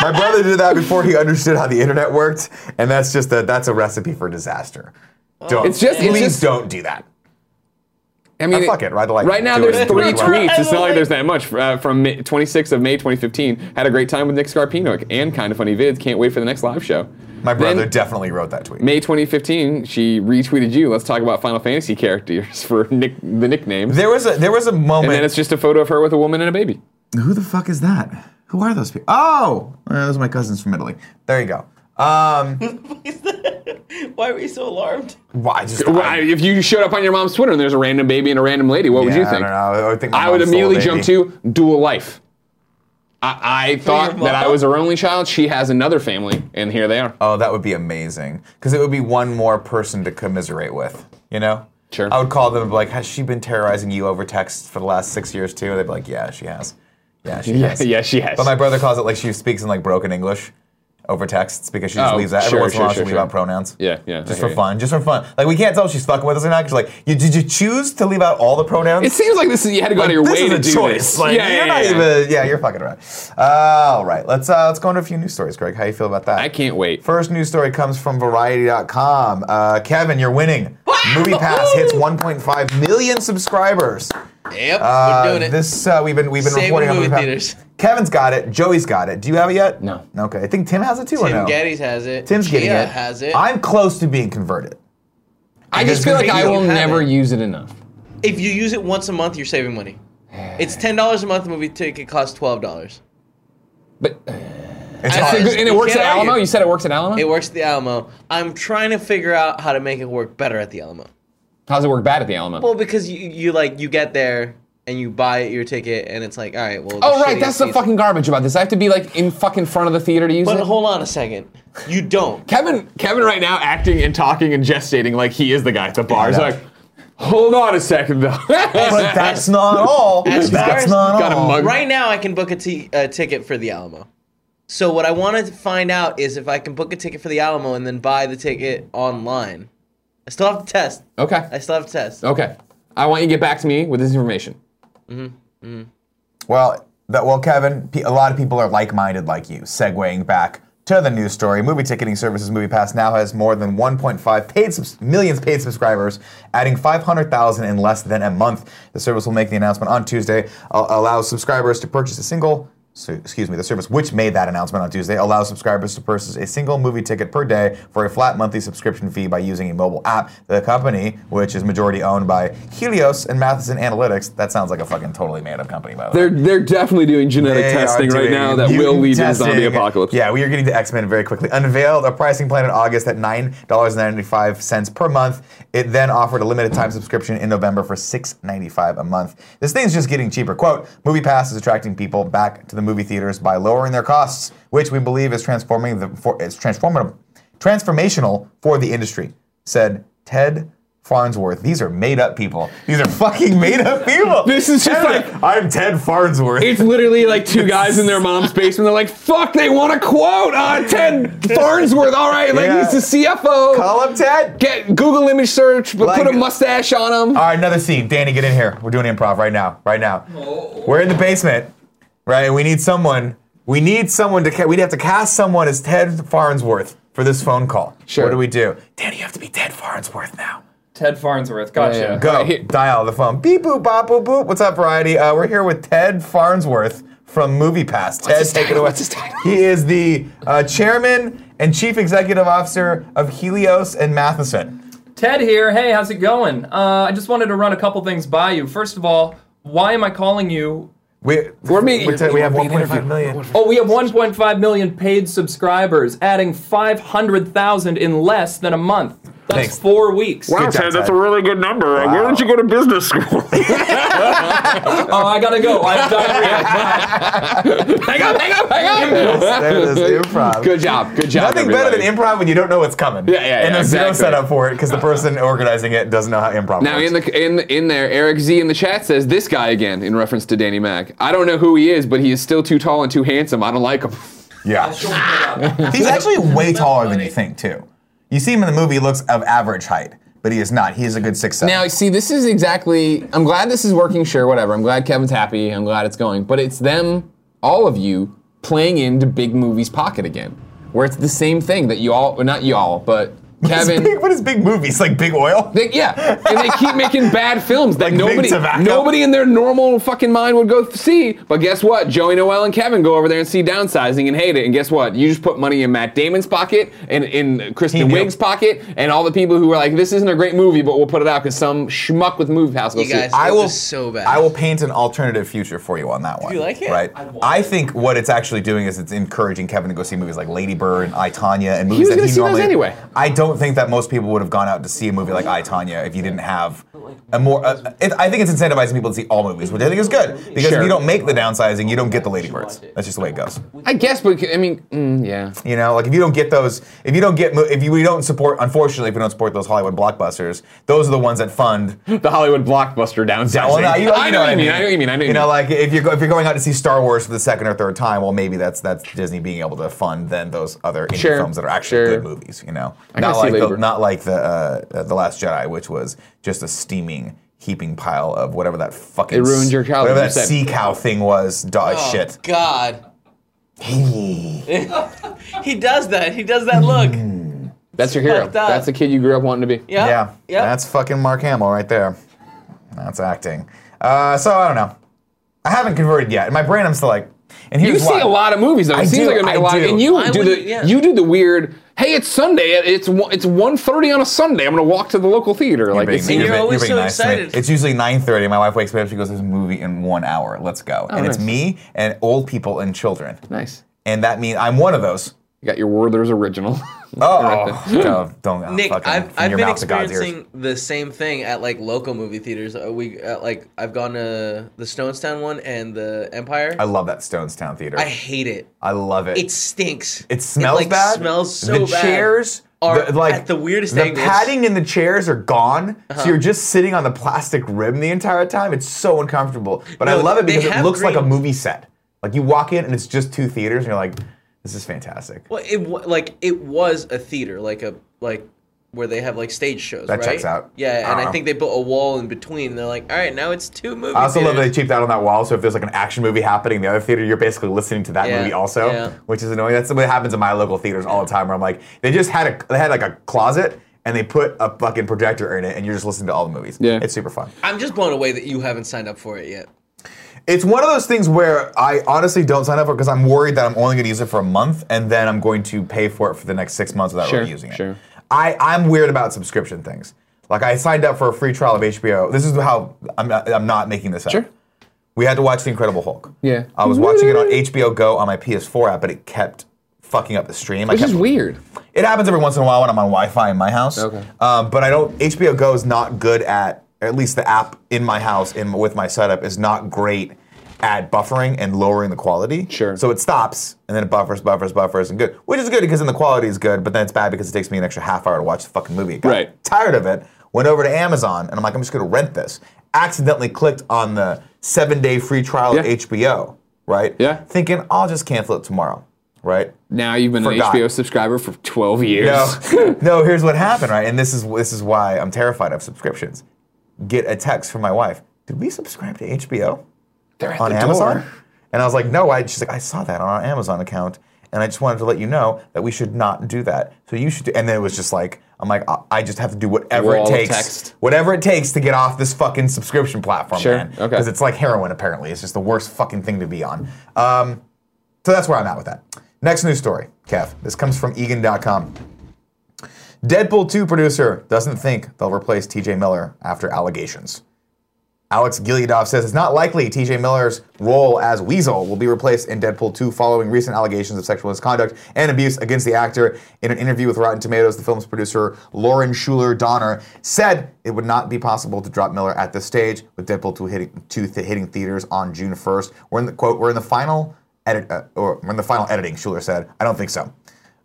Speaker 1: My brother did that before he understood how the internet worked, and that's just a that's a recipe for disaster. Don't.
Speaker 2: It's just- it's
Speaker 1: please
Speaker 2: just-
Speaker 1: don't do that.
Speaker 2: I mean,
Speaker 1: Ah, fuck it, ride the lightning.
Speaker 2: Right now,
Speaker 1: Do it.
Speaker 2: there's
Speaker 1: Do
Speaker 2: three
Speaker 1: it.
Speaker 2: tweets. It's not like there's that much. Uh, from May- 26th of May 2015, had a great time with Nick Scarpino and kind of funny vids. Can't wait for the next live show.
Speaker 1: My brother
Speaker 2: Then-
Speaker 1: definitely wrote that tweet.
Speaker 2: May 2015, she retweeted you. Let's talk about Final Fantasy characters for Nick, the nicknames.
Speaker 1: There was a there was a
Speaker 2: and
Speaker 1: moment.
Speaker 2: then it's just a photo of her with a woman and a baby.
Speaker 1: Who the fuck is that? Who are those people? Oh, uh, those are my cousins from Italy. There you go. Um,
Speaker 3: Why were you so alarmed?
Speaker 1: why just?
Speaker 2: Well, I- if you showed up on your mom's Twitter and there's a random baby and a random lady, what would
Speaker 1: Yeah,
Speaker 2: you
Speaker 1: I
Speaker 2: think?
Speaker 1: don't know. I would, think my
Speaker 2: I would
Speaker 1: mom's still a
Speaker 2: immediately jump
Speaker 1: baby.
Speaker 2: to dual life. I, I thought
Speaker 3: your
Speaker 2: that I
Speaker 3: mom?
Speaker 2: was her only child. She has another family, and here they are.
Speaker 1: Oh, that would be amazing because it would be one more person to commiserate with. You know?
Speaker 2: Sure.
Speaker 1: I would call them and be like, has she been terrorizing you over text for the last six years too? And they'd be like, yeah, she has. Yeah, she
Speaker 2: Yeah,
Speaker 1: has.
Speaker 2: yeah, she has.
Speaker 1: But my brother calls it like she speaks in like broken English over texts because she just
Speaker 2: Oh,
Speaker 1: leaves that. Every
Speaker 2: sure,
Speaker 1: once in a while
Speaker 2: sure,
Speaker 1: she
Speaker 2: sure,
Speaker 1: leaves
Speaker 2: sure.
Speaker 1: out pronouns.
Speaker 2: Yeah, yeah, I
Speaker 1: Just
Speaker 2: hear
Speaker 1: for
Speaker 2: you.
Speaker 1: fun. Just for fun. Like we can't tell if she's fucking with us or not. Cause like, you, did you choose to leave out all the pronouns?
Speaker 2: It seems like this is you had to go out of your
Speaker 1: this
Speaker 2: way
Speaker 1: is
Speaker 2: to
Speaker 1: a
Speaker 2: do
Speaker 1: choice.
Speaker 2: this.
Speaker 1: Like,
Speaker 2: yeah,
Speaker 1: you're
Speaker 2: yeah,
Speaker 1: not
Speaker 2: yeah.
Speaker 1: even. Yeah, you're fucking around. Uh, all right, let's uh, let's go into a few news stories, Greg. How you feel about that?
Speaker 2: I can't wait.
Speaker 1: First news story comes from Variety.com. Uh, Kevin, you're winning. Movie Pass hits 1.5 million subscribers.
Speaker 3: Yep,
Speaker 1: Uh,
Speaker 3: we're doing it.
Speaker 1: This uh, we've been we've been
Speaker 3: Saving
Speaker 1: reporting on
Speaker 3: movie
Speaker 1: MoviePass.
Speaker 3: theaters.
Speaker 1: Kevin's got it. Joey's got it. Do you have it yet?
Speaker 2: No.
Speaker 1: Okay. I think Tim has it too. or
Speaker 3: Tim
Speaker 1: no?
Speaker 3: Geddes has it.
Speaker 1: Tim's getting
Speaker 3: Gia
Speaker 1: it.
Speaker 3: has it.
Speaker 1: I'm close to being converted.
Speaker 2: I
Speaker 1: Because
Speaker 2: just feel like
Speaker 1: you
Speaker 2: I
Speaker 3: don't
Speaker 2: will
Speaker 3: have
Speaker 2: never
Speaker 3: it.
Speaker 2: use it enough.
Speaker 3: if you use it once a month, you're saving money. It's ten dollars a month. The movie ticket costs twelve dollars.
Speaker 2: But
Speaker 1: It's
Speaker 3: I
Speaker 1: hard.
Speaker 3: think-
Speaker 2: and it
Speaker 3: You
Speaker 2: works at
Speaker 3: can't argue.
Speaker 2: Alamo. You said it works at Alamo.
Speaker 3: It works at the Alamo. I'm trying to figure out how to make it work better at the Alamo.
Speaker 2: How's it work bad at the Alamo?
Speaker 3: Well, because you, you like you get there and you buy your ticket and it's like, all right, well.
Speaker 2: oh
Speaker 3: the
Speaker 2: right,
Speaker 3: shittiest
Speaker 2: that's the
Speaker 3: seats-
Speaker 2: fucking garbage about this. I have to be like in fucking front of the theater to use
Speaker 3: But
Speaker 2: it.
Speaker 3: hold on a second. You don't.
Speaker 2: Kevin, Kevin, right now acting and talking and gestating like he is the guy at the bar. He's
Speaker 1: I know.
Speaker 2: like, hold on a second though.
Speaker 1: But that's not all.
Speaker 3: As far
Speaker 1: that's
Speaker 3: as-
Speaker 1: not
Speaker 2: Got a
Speaker 1: all.
Speaker 2: mug.
Speaker 3: Right now, I can book a ti- a ticket for the Alamo. So what I want to find out is if I can book a ticket for the Alamo and then buy the ticket online. I still have to test. I
Speaker 2: okay,
Speaker 3: still have to test.
Speaker 1: Oh,
Speaker 2: okay. I want you to get back to me with this information.
Speaker 1: Well, that, well, Kevin, pe- a lot of people are like-minded like you. Segueing back to the news story, movie ticketing services MoviePass now has more than 1.5 paid subs- millions paid subscribers, adding 500,000 in less than a month. The service will make the announcement on Tuesday. Uh, allows subscribers to purchase a single. So, excuse me, the service which made that announcement on Tuesday allows subscribers to purchase a single movie ticket per day for a flat monthly subscription fee by using a mobile app. The company, which is majority owned by Helios and Matheson Analytics, that sounds like a fucking totally made up company, by the way.
Speaker 2: They're they're definitely doing genetic
Speaker 1: They
Speaker 2: testing
Speaker 1: are
Speaker 2: right
Speaker 1: doing
Speaker 2: now that
Speaker 1: mutant
Speaker 2: will lead to the zombie
Speaker 1: testing.
Speaker 2: apocalypse.
Speaker 1: Yeah, we are getting to X Men very quickly. Unveiled a pricing plan in August at nine dollars and ninety five cents per month. It then offered a limited time subscription in November for six ninety five a month. This thing's just getting cheaper. Quote: Movie Pass is attracting people back to the movie theaters by lowering their costs, which we believe is transforming the for, it's transformative, transformational for the industry," said Ted. Farnsworth. These are made up people. These are fucking made up people.
Speaker 2: This is just
Speaker 1: Ted-
Speaker 2: like-
Speaker 1: I'm Ted Farnsworth.
Speaker 2: It's literally like two guys in their mom's basement. They're like, "Fuck!" They want a quote on Ted Farnsworth. All right, like
Speaker 1: Yeah.
Speaker 2: he's the CFO.
Speaker 1: Call up Ted.
Speaker 2: Get Google image search, but
Speaker 1: Like- uh,
Speaker 2: put a mustache on him.
Speaker 1: All right, another scene. Danny, get in here. We're doing improv right now. Right now. We're in the basement, right? We need someone. We need someone to. Ca- we'd have to cast someone as Ted Farnsworth for this phone call.
Speaker 2: Sure.
Speaker 1: What do we do? Danny, you have to be Ted Farnsworth now.
Speaker 5: Ted Farnsworth. Gotcha.
Speaker 2: Yeah.
Speaker 1: Go.
Speaker 2: All right, here-
Speaker 1: Dial the phone. Beep boop bop boop boop. What's up, Variety? Uh, we're here with Ted Farnsworth from MoviePass. Ted,
Speaker 2: his
Speaker 1: take it
Speaker 2: title?
Speaker 1: away.
Speaker 2: What's his title?
Speaker 1: He is the uh, chairman and chief executive officer of Helios and Matheson.
Speaker 5: Ted here. Hey, how's it going? Uh, I just wanted to run a couple things by you. First of all, why am I calling you?
Speaker 1: We,
Speaker 2: We're meeting-
Speaker 1: we Ted, we
Speaker 2: we're
Speaker 1: have
Speaker 2: being
Speaker 1: 1.5
Speaker 2: interviewed.
Speaker 1: million.
Speaker 5: Oh, we have 1.5 million paid subscribers, adding 500,000 in less than a month. That's
Speaker 1: Thanks.
Speaker 5: four weeks.
Speaker 1: Good job, Ted.
Speaker 2: really good number. Why
Speaker 1: don't you
Speaker 2: go to business school?
Speaker 5: Oh, I gotta go. I have diarrhea.
Speaker 2: hang up, hang up, hang up.
Speaker 1: there it is, improv.
Speaker 2: Good job, good job.
Speaker 1: Nothing better than
Speaker 2: everybody.
Speaker 1: improv when you don't know what's coming.
Speaker 2: Yeah, yeah,
Speaker 1: And
Speaker 2: yeah,
Speaker 1: there's no
Speaker 2: exactly.
Speaker 1: setup for it because the person organizing it doesn't know how improv
Speaker 2: Now
Speaker 1: works.
Speaker 2: in the in in there, Eric Z in the chat says this guy again in reference to Danny Mac. I don't know who he is, but he is still too tall and too handsome. I don't like him.
Speaker 1: yeah. He's actually way taller than you think, too. You see him in the movie, he looks of average height, but he is not. He is a good six seven.
Speaker 2: Now, see, this is exactly. I'm glad this is working. Sure, whatever. I'm glad Kevin's happy. I'm glad it's going. But it's them, all of you, playing into big movies pocket again, where it's the same thing that you all, well, not you all, but
Speaker 1: It's big-
Speaker 2: Kevin.
Speaker 1: what is big movies? Like Big Oil?
Speaker 2: They, yeah, and they keep making bad films that
Speaker 1: Like Big
Speaker 2: nobody,
Speaker 1: Tobacco?
Speaker 2: nobody in their normal fucking mind would go see. But guess what? Joey Noel and Kevin go over there and see Downsizing and hate it. And guess what? You just put money in Matt Damon's pocket and in Kristen
Speaker 1: knew.
Speaker 2: Wiig's pocket, and all the people who were like, "This isn't a great movie, but we'll put it out because some schmuck with movie house will
Speaker 3: You
Speaker 2: see." it."
Speaker 3: guys- It was so bad.
Speaker 1: I will paint an alternative future for you on that one.
Speaker 3: you like it?
Speaker 1: Right.
Speaker 5: I want
Speaker 1: I
Speaker 5: it.
Speaker 1: think what it's actually doing is it's encouraging Kevin to go see movies like Lady Bird and I Tanya and movies
Speaker 2: was
Speaker 1: that
Speaker 2: gonna
Speaker 1: he
Speaker 2: see those
Speaker 1: normally.
Speaker 2: anyway.
Speaker 1: I don't don't think that most people would have gone out to see a movie like I Tanya if you didn't have a more. Uh, it, I think it's incentivizing people to see all movies, which I think is good because if
Speaker 2: Sure.
Speaker 1: you don't make the downsizing, you don't get the ladybirds. That's just the way it goes.
Speaker 2: I guess, but I mean, mm, yeah.
Speaker 1: You know, like if you don't get those, if you don't get, mo- if you, we don't support, unfortunately, if we don't support those Hollywood blockbusters, those are the ones that fund.
Speaker 2: The Hollywood blockbuster downsizing.
Speaker 1: Well, no, you-
Speaker 2: I know what you mean. I know what you mean. I know what
Speaker 1: You know, like if you're go- if you're going out to see Star Wars for the second or third time, well, maybe that's that's Disney being able to fund then those other indie
Speaker 2: Sure,
Speaker 1: films that are actually
Speaker 2: sure.
Speaker 1: good movies. You know,
Speaker 2: can
Speaker 1: not
Speaker 2: see
Speaker 1: like the,
Speaker 2: labor.
Speaker 1: not like the uh, uh, the Last Jedi, which was just a steaming heaping pile of whatever that fucking
Speaker 2: It ruined
Speaker 1: s-
Speaker 2: your childhood,
Speaker 1: whatever
Speaker 2: you
Speaker 1: that
Speaker 2: said.
Speaker 1: sea cow thing was. Dog
Speaker 3: Oh,
Speaker 1: shit.
Speaker 3: God. he does that. He does that look.
Speaker 2: That's your hero.
Speaker 3: fucked up.
Speaker 2: That's the kid you grew up wanting to be.
Speaker 3: Yeah.
Speaker 1: Mm, Yeah,
Speaker 3: Yeah.
Speaker 1: that's fucking Mark Hamill right there. That's acting. Uh, so I don't know. I haven't converted yet. In my brain, I'm still like, and
Speaker 2: You
Speaker 1: here's
Speaker 2: see
Speaker 1: why.
Speaker 2: a lot of movies though. It
Speaker 1: I do,
Speaker 2: seems like I
Speaker 1: I
Speaker 2: make a lot,
Speaker 1: do.
Speaker 2: and you
Speaker 3: I
Speaker 2: do
Speaker 3: would-
Speaker 2: the
Speaker 3: yeah.
Speaker 2: you do the weird. Hey, it's Sunday. It's one- it's 1.30 on a Sunday. I'm gonna walk to the local theater. Like
Speaker 1: Being-
Speaker 2: it
Speaker 3: you're
Speaker 2: seems.
Speaker 1: being-
Speaker 3: always
Speaker 1: being
Speaker 3: so
Speaker 1: to me.
Speaker 3: excited.
Speaker 1: It's usually 9:30. My wife wakes me up. She goes, "There's a movie in one hour. Let's go." and it's
Speaker 2: nice.
Speaker 1: me and old people and children,
Speaker 2: Nice.
Speaker 1: and that means I'm one of those.
Speaker 2: You got your Werther's original.
Speaker 1: Oh, no, don't oh,
Speaker 3: Nick,
Speaker 1: fucking-
Speaker 3: I've,
Speaker 1: from
Speaker 3: I've
Speaker 1: your
Speaker 3: been
Speaker 1: mouth to God's ears.
Speaker 3: experiencing the same thing at like local movie theaters. Uh, We uh, like I've gone to the Stonestown one and the Empire.
Speaker 1: I
Speaker 3: I,
Speaker 1: love that Stonestown Theater.
Speaker 3: hate it.
Speaker 1: I love it.
Speaker 3: It stinks.
Speaker 1: It smells
Speaker 3: like,
Speaker 1: bad.
Speaker 3: Smells so
Speaker 1: the
Speaker 3: bad.
Speaker 1: chairs
Speaker 3: are
Speaker 1: the- like
Speaker 3: at the weirdest
Speaker 1: The
Speaker 3: angles. Uh-huh.
Speaker 1: padding in the chairs are gone, so you're just sitting on the plastic rim the entire time. It's so uncomfortable, but I
Speaker 3: No,
Speaker 1: love it
Speaker 3: they
Speaker 1: because it
Speaker 3: have
Speaker 1: looks like a
Speaker 3: green-
Speaker 1: movie set. Like you walk in and it's just two theaters, and you're like, "This is fantastic."
Speaker 3: Well, it wa- like it was a theater, like a like where they have like stage shows.
Speaker 1: That
Speaker 3: right?
Speaker 1: checks out.
Speaker 3: Yeah, and
Speaker 1: Uh-uh.
Speaker 3: I think they built a wall in between. They're like, all right, now it's two movies.
Speaker 1: I also love that they cheaped out on that wall. So if there's like an action movie happening in the other theater, you're basically listening to that
Speaker 3: Yeah,
Speaker 1: movie also,
Speaker 3: yeah.
Speaker 1: which is annoying. That's what happens in my local theaters all the time. Where I'm like, they just had a they had like a closet and they put a fucking projector in it, and you're just listening to all the movies.
Speaker 2: Yeah.
Speaker 1: it's super fun.
Speaker 3: I'm just blown away that you haven't signed up for it yet.
Speaker 1: It's one of those things where I honestly don't sign up for because I'm worried that I'm only going to use it for a month and then I'm going to pay for it for the next six months without
Speaker 2: Sure,
Speaker 1: really using it.
Speaker 2: sure.
Speaker 1: I, I'm weird about subscription things. Like I signed up for a free trial of HBO. This is how I'm not, I'm not making this up.
Speaker 2: Sure.
Speaker 1: We had to watch The Incredible Hulk.
Speaker 2: Yeah.
Speaker 1: I was watching it on HBO Go on my PS4 app, but it kept fucking up the stream. I
Speaker 2: Which
Speaker 1: kept
Speaker 2: is weird.
Speaker 1: it happens every once in a while when I'm on Wi-Fi in my house.
Speaker 2: Okay.
Speaker 1: Um, but I don't. HBO Go is not good at at least the app in my house in with my setup is not great at buffering and lowering the quality.
Speaker 2: Sure.
Speaker 1: So it stops and then it buffers, buffers, buffers, and good. Which is good because then the quality is good, but then it's bad because it takes me an extra half hour to watch the fucking movie. Got
Speaker 2: Right.
Speaker 1: Tired of it. Went over to Amazon and I'm like, I'm just gonna rent this. Accidentally clicked on the seven day free trial
Speaker 2: Yeah.
Speaker 1: of HBO. Right.
Speaker 2: Yeah.
Speaker 1: Thinking I'll just cancel it tomorrow. Right.
Speaker 2: Now you've been
Speaker 1: Forgot.
Speaker 2: an HBO subscriber for 12 years.
Speaker 1: No, no. Here's what happened, right? And this is this is why I'm terrified of subscriptions. Get a text from my wife. Did we subscribe to HBO
Speaker 2: They're at
Speaker 1: on
Speaker 2: the
Speaker 1: Amazon?
Speaker 2: door.
Speaker 1: And I was like, no. I she's like, I saw that on our Amazon account, and I just wanted to let you know that we should not do that. So you should. Do, and then it was just like, I'm like, I, I just have to do whatever
Speaker 2: Wall
Speaker 1: it
Speaker 2: of
Speaker 1: takes,
Speaker 2: text.
Speaker 1: whatever it takes to get off this fucking subscription platform,
Speaker 2: Sure,
Speaker 1: man.
Speaker 2: okay.
Speaker 1: Because it's like heroin, apparently. It's just the worst fucking thing to be on. Um, so that's where I'm at with that. Next news story, Kev. This comes from Egan.com. Deadpool 2 producer doesn't think they'll replace TJ Miller after allegations. Alex Gileadov says it's not likely TJ Miller's role as Weasel will be replaced in Deadpool 2 following recent allegations of sexual misconduct and abuse against the actor. In an interview with Rotten Tomatoes, the film's producer, Lauren Schuler Donner, said it would not be possible to drop Miller at this stage, with Deadpool 2 hitting, 2 th- hitting theaters on June 1st. We're in the quote, we're in the final edit, uh, or we're in the final editing, Schuler said. I don't think so.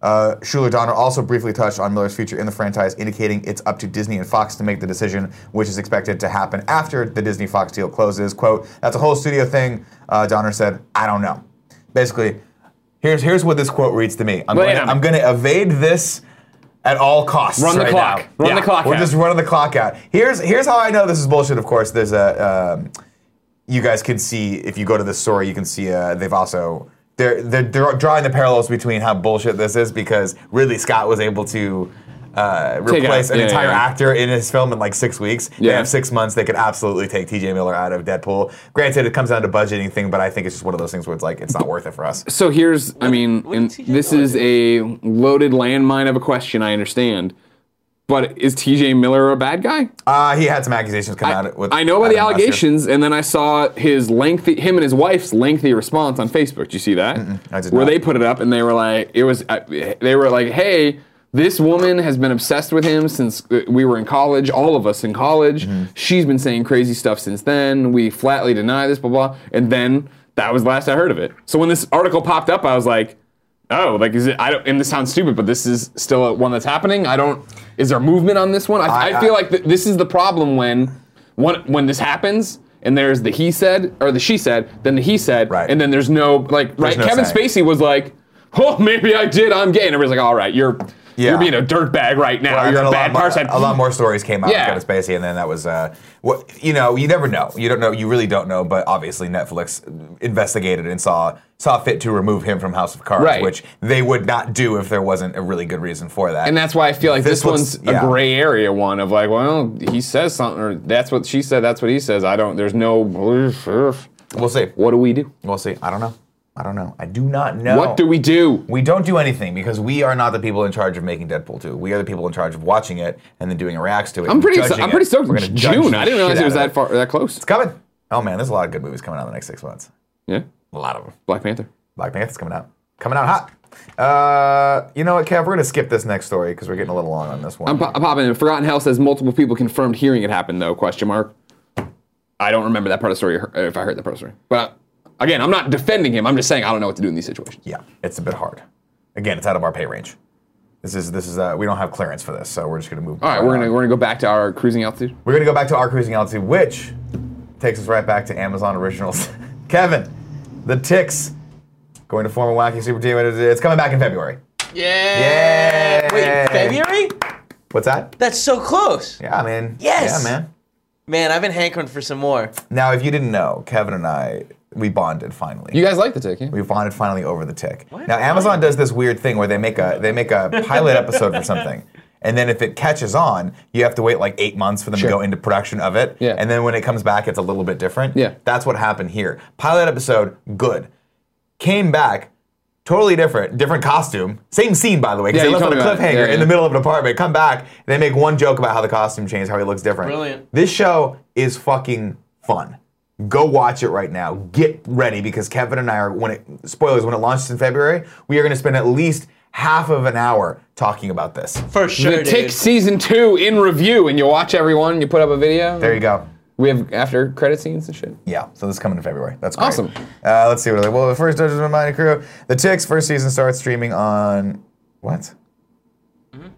Speaker 1: Uh, Schuler Donner also briefly touched on Miller's future in the franchise, indicating it's up to Disney and Fox to make the decision, which is expected to happen after the Disney Fox deal closes. Quote, that's a whole studio thing, uh, Donner said. I don't know. Basically, here's here's what this quote reads to me. I'm
Speaker 2: Lay it
Speaker 1: going
Speaker 2: on
Speaker 1: to,
Speaker 2: me.
Speaker 1: I'm going to evade this at all costs.
Speaker 2: Run the
Speaker 1: right
Speaker 2: clock.
Speaker 1: now.
Speaker 2: Run the clock
Speaker 1: We're
Speaker 2: out.
Speaker 1: just running the clock out. Here's here's how I know this is bullshit. Of course, there's a. Um, you guys can see if you go to the story, you can see uh, they've also they're they're dra- drawing the parallels between how bullshit this is because Ridley Scott was able to. Uh,
Speaker 2: Take
Speaker 1: replace
Speaker 2: out-
Speaker 1: an
Speaker 2: yeah,
Speaker 1: entire
Speaker 2: yeah.
Speaker 1: actor in his film in like six weeks. They
Speaker 2: Yeah.
Speaker 1: have six months. They could absolutely take T.J. Miller out of Deadpool. Granted, it comes down to budgeting thing, but I think it's just one of those things where it's like it's not worth it for us.
Speaker 2: So here's, I mean,
Speaker 3: did
Speaker 2: and
Speaker 3: TJ
Speaker 2: this
Speaker 3: Miller
Speaker 2: is a loaded landmine of a question, I understand. But is TJ Miller a bad guy?
Speaker 1: Uh, he had some accusations come out. With
Speaker 2: I know about
Speaker 1: at
Speaker 2: the
Speaker 1: him last year.
Speaker 2: allegations, and then I saw his lengthy, him and his wife's lengthy response on Facebook. Do you see that?
Speaker 1: I did
Speaker 2: Where
Speaker 1: not.
Speaker 2: they put it up, and they were like, it was, uh, they were like, hey, This woman has been obsessed with him since uh, we were in college, all of us in college.
Speaker 1: Mm-hmm.
Speaker 2: She's been saying crazy stuff since then. We flatly deny this, blah, blah. And then that was the last I heard of it. So when this article popped up, I was like, oh, like, is it, I don't, and this sounds stupid, but this is still a, one that's happening. I don't, is there movement on this one? I, I,
Speaker 1: I-
Speaker 2: feel
Speaker 1: I-
Speaker 2: like th- this is the problem when, when, when this happens. And there's the he said or the she said, then the he said,
Speaker 1: Right.
Speaker 2: and then there's no like right.
Speaker 1: no
Speaker 2: Kevin
Speaker 1: saying.
Speaker 2: Spacey was like, "Oh, maybe I did. I'm gay." And everybody's like, "All right, you're
Speaker 1: Yeah.
Speaker 2: you're being a dirtbag right now.
Speaker 1: And
Speaker 2: you're
Speaker 1: then
Speaker 2: a,
Speaker 1: a
Speaker 2: bad
Speaker 1: lot, more,
Speaker 2: person."
Speaker 1: a lot more stories came out
Speaker 2: Yeah.
Speaker 1: with Kevin Spacey, and then that was uh, what you know. You never know. You don't know. You really don't know. But obviously, Netflix investigated and saw saw fit to remove him from House of Cards,
Speaker 2: Right.
Speaker 1: which they would not do if there wasn't a really good reason for that.
Speaker 2: And that's why I feel like this,
Speaker 1: This
Speaker 2: one's
Speaker 1: looks-
Speaker 2: a
Speaker 1: yeah.
Speaker 2: gray area one of like, well, he says something, or that's what she said, that's what he says. I don't. There's no.
Speaker 1: we'll see.
Speaker 2: What do we do?
Speaker 1: We'll see. I don't know. I don't know. I do not know.
Speaker 2: What do we do?
Speaker 1: We don't do anything because we are not the people in charge of making Deadpool 2. We are the people in charge of watching it and then doing reacts to it.
Speaker 2: I'm
Speaker 1: and
Speaker 2: pretty.
Speaker 1: judging
Speaker 2: I'm
Speaker 1: it.
Speaker 2: pretty stoked.
Speaker 1: We're
Speaker 2: it's
Speaker 1: gonna judge
Speaker 2: June.
Speaker 1: the
Speaker 2: I didn't realize
Speaker 1: shit
Speaker 2: it was
Speaker 1: out of
Speaker 2: that far, that close.
Speaker 1: It's coming. Oh man, there's a lot of good movies coming out in the next six months.
Speaker 2: Yeah,
Speaker 1: A lot of them.
Speaker 2: Black Panther.
Speaker 1: Black Panther's coming out. Coming out hot. Uh, you know what, Kev? We're gonna skip this next story because we're getting a little long on this one.
Speaker 2: I'm, po- I'm popping in. Forgotten Hell says multiple people confirmed hearing it happen though. Question mark. I don't remember that part of the story. or If I heard that part of the story, but uh, again, I'm not defending him. I'm just saying I don't know what to do in these situations.
Speaker 1: yeah, it's a bit hard. Again, it's out of our pay range. This is this is uh, we don't have clearance for this, so we're just gonna move.
Speaker 2: All right, we're gonna we're gonna go back to our cruising altitude.
Speaker 1: We're gonna go back to our cruising altitude, which takes us right back to Amazon Originals. Kevin, the ticks going to form a wacky super team. It- It's coming back in February.
Speaker 3: Yeah.
Speaker 1: Yay.
Speaker 3: Wait, February?
Speaker 1: What's that?
Speaker 3: That's so close.
Speaker 1: Yeah, I mean,
Speaker 3: Yes.
Speaker 1: yeah, man.
Speaker 3: Man, I've been hankering for some more.
Speaker 1: Now, if you didn't know, Kevin and I we bonded finally.
Speaker 2: You guys like eh? the tick? Yeah?
Speaker 1: we bonded finally over the tick. Now Amazon does this weird thing where they make a they make a pilot episode for something. And then if it catches on, you have to wait like eight months for them
Speaker 2: Sure.
Speaker 1: to go into production of it.
Speaker 2: Yeah.
Speaker 1: And then when it comes back, it's a little bit different.
Speaker 2: Yeah.
Speaker 1: That's what happened here. Pilot episode, good. Came back, totally different, different costume. Same scene, by the way, because they
Speaker 2: Yeah, you
Speaker 1: left on
Speaker 2: told
Speaker 1: a
Speaker 2: me about it.
Speaker 1: cliffhanger
Speaker 2: Yeah, yeah.
Speaker 1: in the middle of an apartment. Come back, and they make one joke about how the costume changed, how he looks different.
Speaker 3: Brilliant.
Speaker 1: This show is fucking fun. Go watch it right now. Get ready because Kevin and I are when it spoilers when it launches in February, we are going to spend at least half of an hour talking about this.
Speaker 3: For sure,
Speaker 2: the
Speaker 3: dude.
Speaker 2: Tick season two in review, and you watch everyone. You put up a video.
Speaker 1: There you go.
Speaker 2: We have after credit scenes and shit.
Speaker 1: Yeah, so this is coming in February. That's great.
Speaker 2: Awesome.
Speaker 1: Uh, let's see what. Well, the first Dungeons and Mighty Crew, the Ticks first season starts streaming on what?
Speaker 2: Mm-hmm.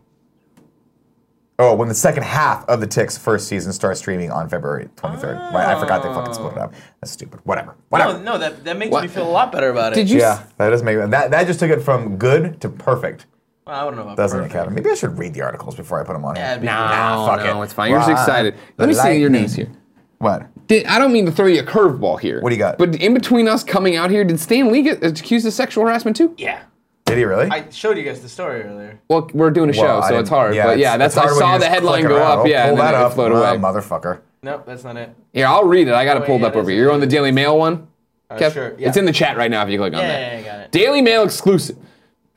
Speaker 1: Oh, when the second half of the Ticks first season starts streaming on February 23rd. Right, I forgot they fucking split it up. That's stupid. Whatever. Whatever.
Speaker 3: Oh, No, no, that, that makes
Speaker 2: What?
Speaker 3: me feel a lot better about it.
Speaker 2: Did you?
Speaker 1: Yeah, that does make that. That just took it from good to perfect,
Speaker 3: Well, I don't know about
Speaker 1: doesn't
Speaker 3: perfect.
Speaker 1: it, Kevin? Maybe I should read the articles before I put them on.
Speaker 3: Yeah, it'd
Speaker 1: here.
Speaker 3: be-
Speaker 2: No,
Speaker 1: fuck
Speaker 2: no,
Speaker 1: it.
Speaker 2: it's fine. You're just
Speaker 1: Ride
Speaker 2: excited.
Speaker 1: the
Speaker 2: Let me see your
Speaker 1: lightning.
Speaker 2: news here.
Speaker 1: What?
Speaker 2: Did, I don't mean to throw you a curveball here.
Speaker 1: What do you got?
Speaker 2: But in between us coming out here, did Stan Lee get accused of sexual harassment too?
Speaker 3: Yeah.
Speaker 1: Did he really?
Speaker 3: I showed you guys the story earlier.
Speaker 2: Well, we're doing a show,
Speaker 1: Well, I
Speaker 2: so it's
Speaker 1: didn't-
Speaker 2: hard. but
Speaker 1: it's-
Speaker 2: yeah,
Speaker 1: it's
Speaker 2: that's I
Speaker 1: hard when you
Speaker 2: saw the
Speaker 1: just
Speaker 2: headline
Speaker 1: click
Speaker 2: go
Speaker 1: around.
Speaker 2: up. Yeah,
Speaker 1: pull
Speaker 2: and then
Speaker 1: that
Speaker 2: it
Speaker 1: up,
Speaker 2: floated
Speaker 1: ah,
Speaker 2: away.
Speaker 1: motherfucker.
Speaker 3: No, that's not it.
Speaker 2: Here, I'll read it. I got it
Speaker 3: wait,
Speaker 2: pulled
Speaker 3: Oh, yeah,
Speaker 2: up over
Speaker 3: that's
Speaker 2: here. You're on the
Speaker 3: it.
Speaker 2: Daily Mail one. Kev?
Speaker 3: sure, yeah.
Speaker 2: It's in the chat right now if you click on
Speaker 3: Yeah,
Speaker 2: that.
Speaker 3: yeah, yeah, got it.
Speaker 2: Daily Mail exclusive.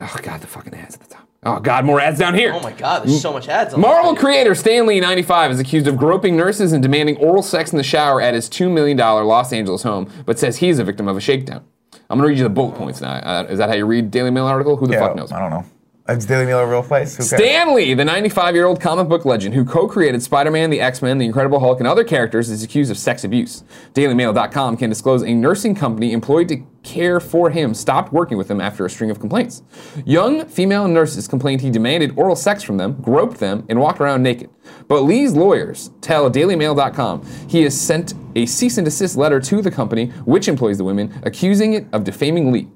Speaker 2: Oh god, the fucking ads at the top. Oh god, more ads down here.
Speaker 3: Oh my god, there's so much ads on
Speaker 2: Marvel
Speaker 3: this thing.
Speaker 2: creator Stanley 95 is accused of groping nurses and demanding oral sex in the shower at his $2 million Los Angeles home, but says he is a victim of a shakedown. I'm going to read you the bullet points now. Uh, is that how you read Daily Mail article? Who the
Speaker 1: Yeah,
Speaker 2: fuck knows?
Speaker 1: I don't know. Is Daily Mail a real place? Who cares?
Speaker 2: Stanley, the 95 year old comic book legend who co created Spider Man, the X Men, the Incredible Hulk, and other characters, is accused of sex abuse. DailyMail.com can disclose a nursing company employed to care for him stopped working with him after a string of complaints. Young female nurses complained he demanded oral sex from them, groped them, and walked around naked. But Lee's lawyers tell DailyMail.com he has sent a cease and desist letter to the company, which employs the women, accusing it of defaming Lee.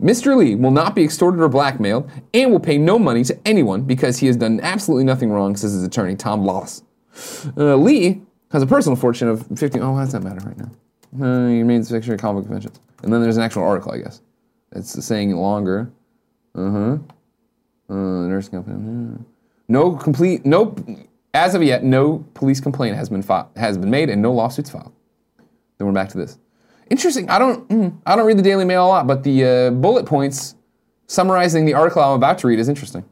Speaker 2: Mr. Lee will not be extorted or blackmailed and will pay no money to anyone because he has done absolutely nothing wrong, says his attorney, Tom Lawless. Uh, Lee has a personal fortune of 15. Oh, why does that matter right now? Uh, he remains a fixture at comic conventions. And then there's an actual article, I guess. It's saying longer. Uh-huh. Uh, nurse company. hmm. No complete, no, as of yet, no police complaint has been, fi- has been made and no lawsuits filed. Then we're back to this. Interesting. I don't. mm, I don't read the Daily Mail a lot, but the uh, bullet points summarizing the article I'm about to read is interesting.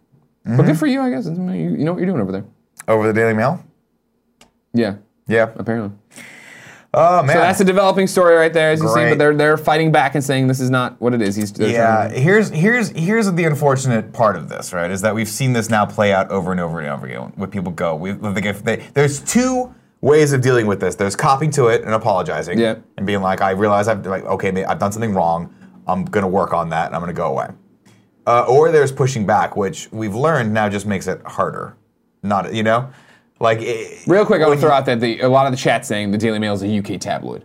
Speaker 2: But
Speaker 1: Mm-hmm.
Speaker 2: good for you, I guess. It's- You, you know what you're doing over there.
Speaker 1: Over the Daily Mail?
Speaker 2: Yeah.
Speaker 1: Yeah.
Speaker 2: Apparently.
Speaker 1: Oh man,
Speaker 2: So that's a developing story right there, as you see.
Speaker 1: Great.
Speaker 2: But they're they're fighting back and saying this is not what it is. He's they're
Speaker 1: yeah.
Speaker 2: trying to-
Speaker 1: Here's here's here's the unfortunate part of this, right? Is that we've seen this now play out over and over and over again. Where people go, we like if they there's two ways of dealing with this. There's copying to it and apologizing,
Speaker 2: Yeah.
Speaker 1: and being like, I realize I've like okay, ma- I've done something wrong. I'm gonna work on that, and I'm gonna go away. Uh, or there's pushing back, which we've learned now just makes it harder. Not you know, like it,
Speaker 2: Real quick,
Speaker 1: when
Speaker 2: I want to
Speaker 1: you-
Speaker 2: throw out that the, a lot of the chat saying the Daily Mail is a UK tabloid.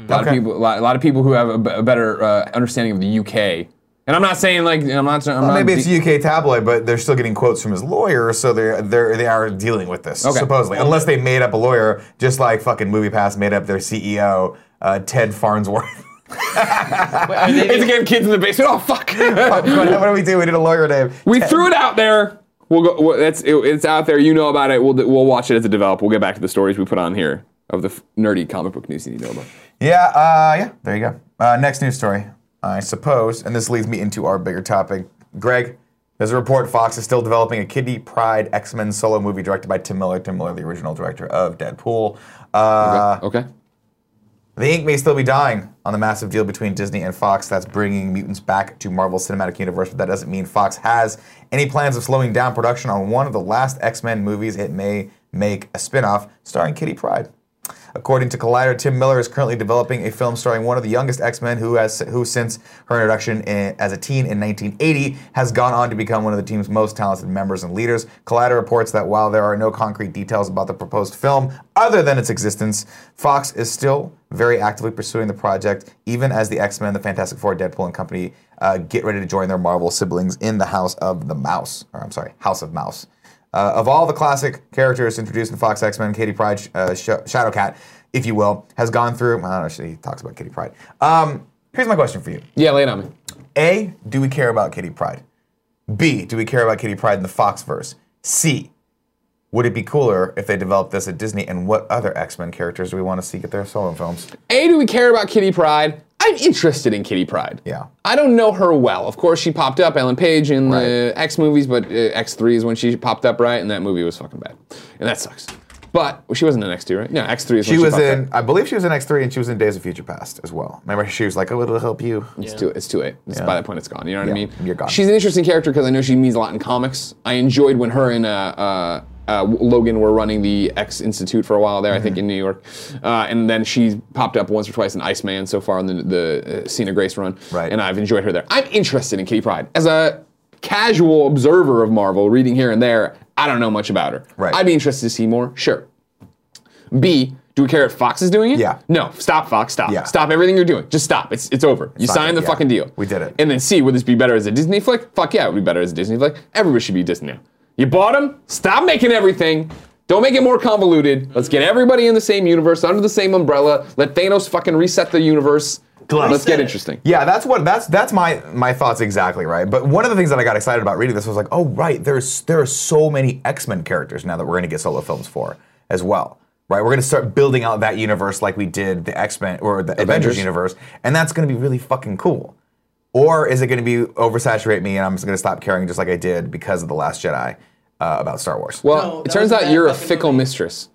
Speaker 2: A lot
Speaker 1: Okay.
Speaker 2: of people, a lot, a lot of people who have a, b- a better uh, understanding of the UK. And I'm not saying like I'm not. I'm
Speaker 1: Well,
Speaker 2: not
Speaker 1: maybe it's
Speaker 2: de-
Speaker 1: a UK tabloid, but they're still getting quotes from his lawyer, so they're they're they are dealing with this
Speaker 2: Okay.
Speaker 1: supposedly, unless they made up a lawyer, just like fucking MoviePass made up their CEO uh, Ted Farnsworth.
Speaker 3: Wait, are they
Speaker 2: It's
Speaker 3: the-
Speaker 2: again, kids in the basement. Oh fuck!
Speaker 1: what, what do we do? We need a lawyer name.
Speaker 2: we threw it out there. We'll go. Well, that's it, it's out there. You know about it. We'll d- we'll watch it as it develops. We'll get back to the stories we put on here of the f- nerdy comic book news you need to know about.
Speaker 1: Yeah, uh, yeah. There you go. Uh, next news story, I suppose, and this leads me into our bigger topic. Greg, there's a report Fox is still developing a Kitty Pride X Men solo movie directed by Tim Miller. Tim Miller, the original director of Deadpool. Uh,
Speaker 2: okay.
Speaker 1: The ink may still be dying on the massive deal between Disney and Fox that's bringing mutants back to Marvel's cinematic universe, but that doesn't mean Fox has any plans of slowing down production on one of the last X Men movies. It may make a spin off starring Kitty Pride. According to Collider, Tim Miller is currently developing a film starring one of the youngest X-Men who has who since her introduction in, as a teen in 1980 has gone on to become one of the team's most talented members and leaders. Collider reports that while there are no concrete details about the proposed film other than its existence, Fox is still very actively pursuing the project even as the X-Men, the Fantastic Four, Deadpool and company uh, get ready to join their Marvel siblings in the House of the Mouse, or I'm sorry, House of Mouse. Uh, of all the classic characters introduced in Fox X Men, Katie Pride, uh, Sh- Shadowcat, if you will, has gone through. I don't know, she talks about Kitty Pride. Um, here's my question for you
Speaker 2: Yeah, lay it on me.
Speaker 1: A, do we care about Kitty Pride? B, do we care about Kitty Pride in the Foxverse? C, would it be cooler if they developed this at Disney? And what other X Men characters do we want to see get their solo films?
Speaker 2: A, do we care about Kitty Pride? I'm interested in Kitty Pride.
Speaker 1: Yeah.
Speaker 2: I don't know her well. Of course, she popped up, Ellen Page, in the X movies, but uh, X3 is when she popped up, right? And that movie was fucking bad. And that sucks. But well, she wasn't in X2, right? No, X3 is
Speaker 1: She
Speaker 2: when
Speaker 1: was
Speaker 2: popped
Speaker 1: in,
Speaker 2: Up.
Speaker 1: I believe she was in X3 and she was in Days of Future Past as well. Remember, she was like, oh, it'll help you.
Speaker 2: It's too, it's too late. It's, By that point, it's gone. You know what I
Speaker 1: Yeah,
Speaker 2: mean?
Speaker 1: you're gone.
Speaker 2: She's an interesting character because I know she means a lot in comics. I enjoyed when her and uh, uh, uh, Logan were running the X Institute for a while there, I
Speaker 1: Mm-hmm.
Speaker 2: think, in New York. Uh, and then she popped up once or twice in Iceman so far in the, the uh, Cena Grace run.
Speaker 1: Right.
Speaker 2: And I've enjoyed her there. I'm interested in Kitty Pride. As a casual observer of Marvel, reading here and there, I don't know much about her.
Speaker 1: Right.
Speaker 2: I'd be interested to see more, sure. B, do we care if Fox is doing it?
Speaker 1: Yeah.
Speaker 2: No, stop, Fox, stop.
Speaker 1: Yeah.
Speaker 2: Stop everything you're doing. Just stop. It's, it's over. you
Speaker 1: not
Speaker 2: signed
Speaker 1: good,
Speaker 2: the
Speaker 1: yeah.
Speaker 2: fucking deal.
Speaker 1: We did it.
Speaker 2: And then C, would this be better as a Disney flick? Fuck yeah, it would be better as a Disney flick. Everybody should be Disney now. You bought them, stop making everything. Don't make it more convoluted. Let's get everybody in the same universe, under the same umbrella. Let Thanos fucking reset the universe. Let's get interesting.
Speaker 1: Yeah, that's what that's that's my my thoughts exactly, right? But one of the things that I got excited about reading this was like, oh right, there's there are so many X-Men characters now that we're gonna get solo films for as well. Right? We're gonna start building out that universe like we did the X-Men or the Avengers,
Speaker 2: Avengers.
Speaker 1: universe, and that's gonna be really fucking cool. Or is it gonna be oversaturate me and I'm just gonna stop caring just like I did because of The Last Jedi uh, about Star Wars?
Speaker 2: Well,
Speaker 3: No,
Speaker 2: it
Speaker 3: that
Speaker 2: turns
Speaker 3: was a
Speaker 2: out
Speaker 3: bad
Speaker 2: you're a
Speaker 3: fucking
Speaker 2: fickle
Speaker 3: movie.
Speaker 2: mistress.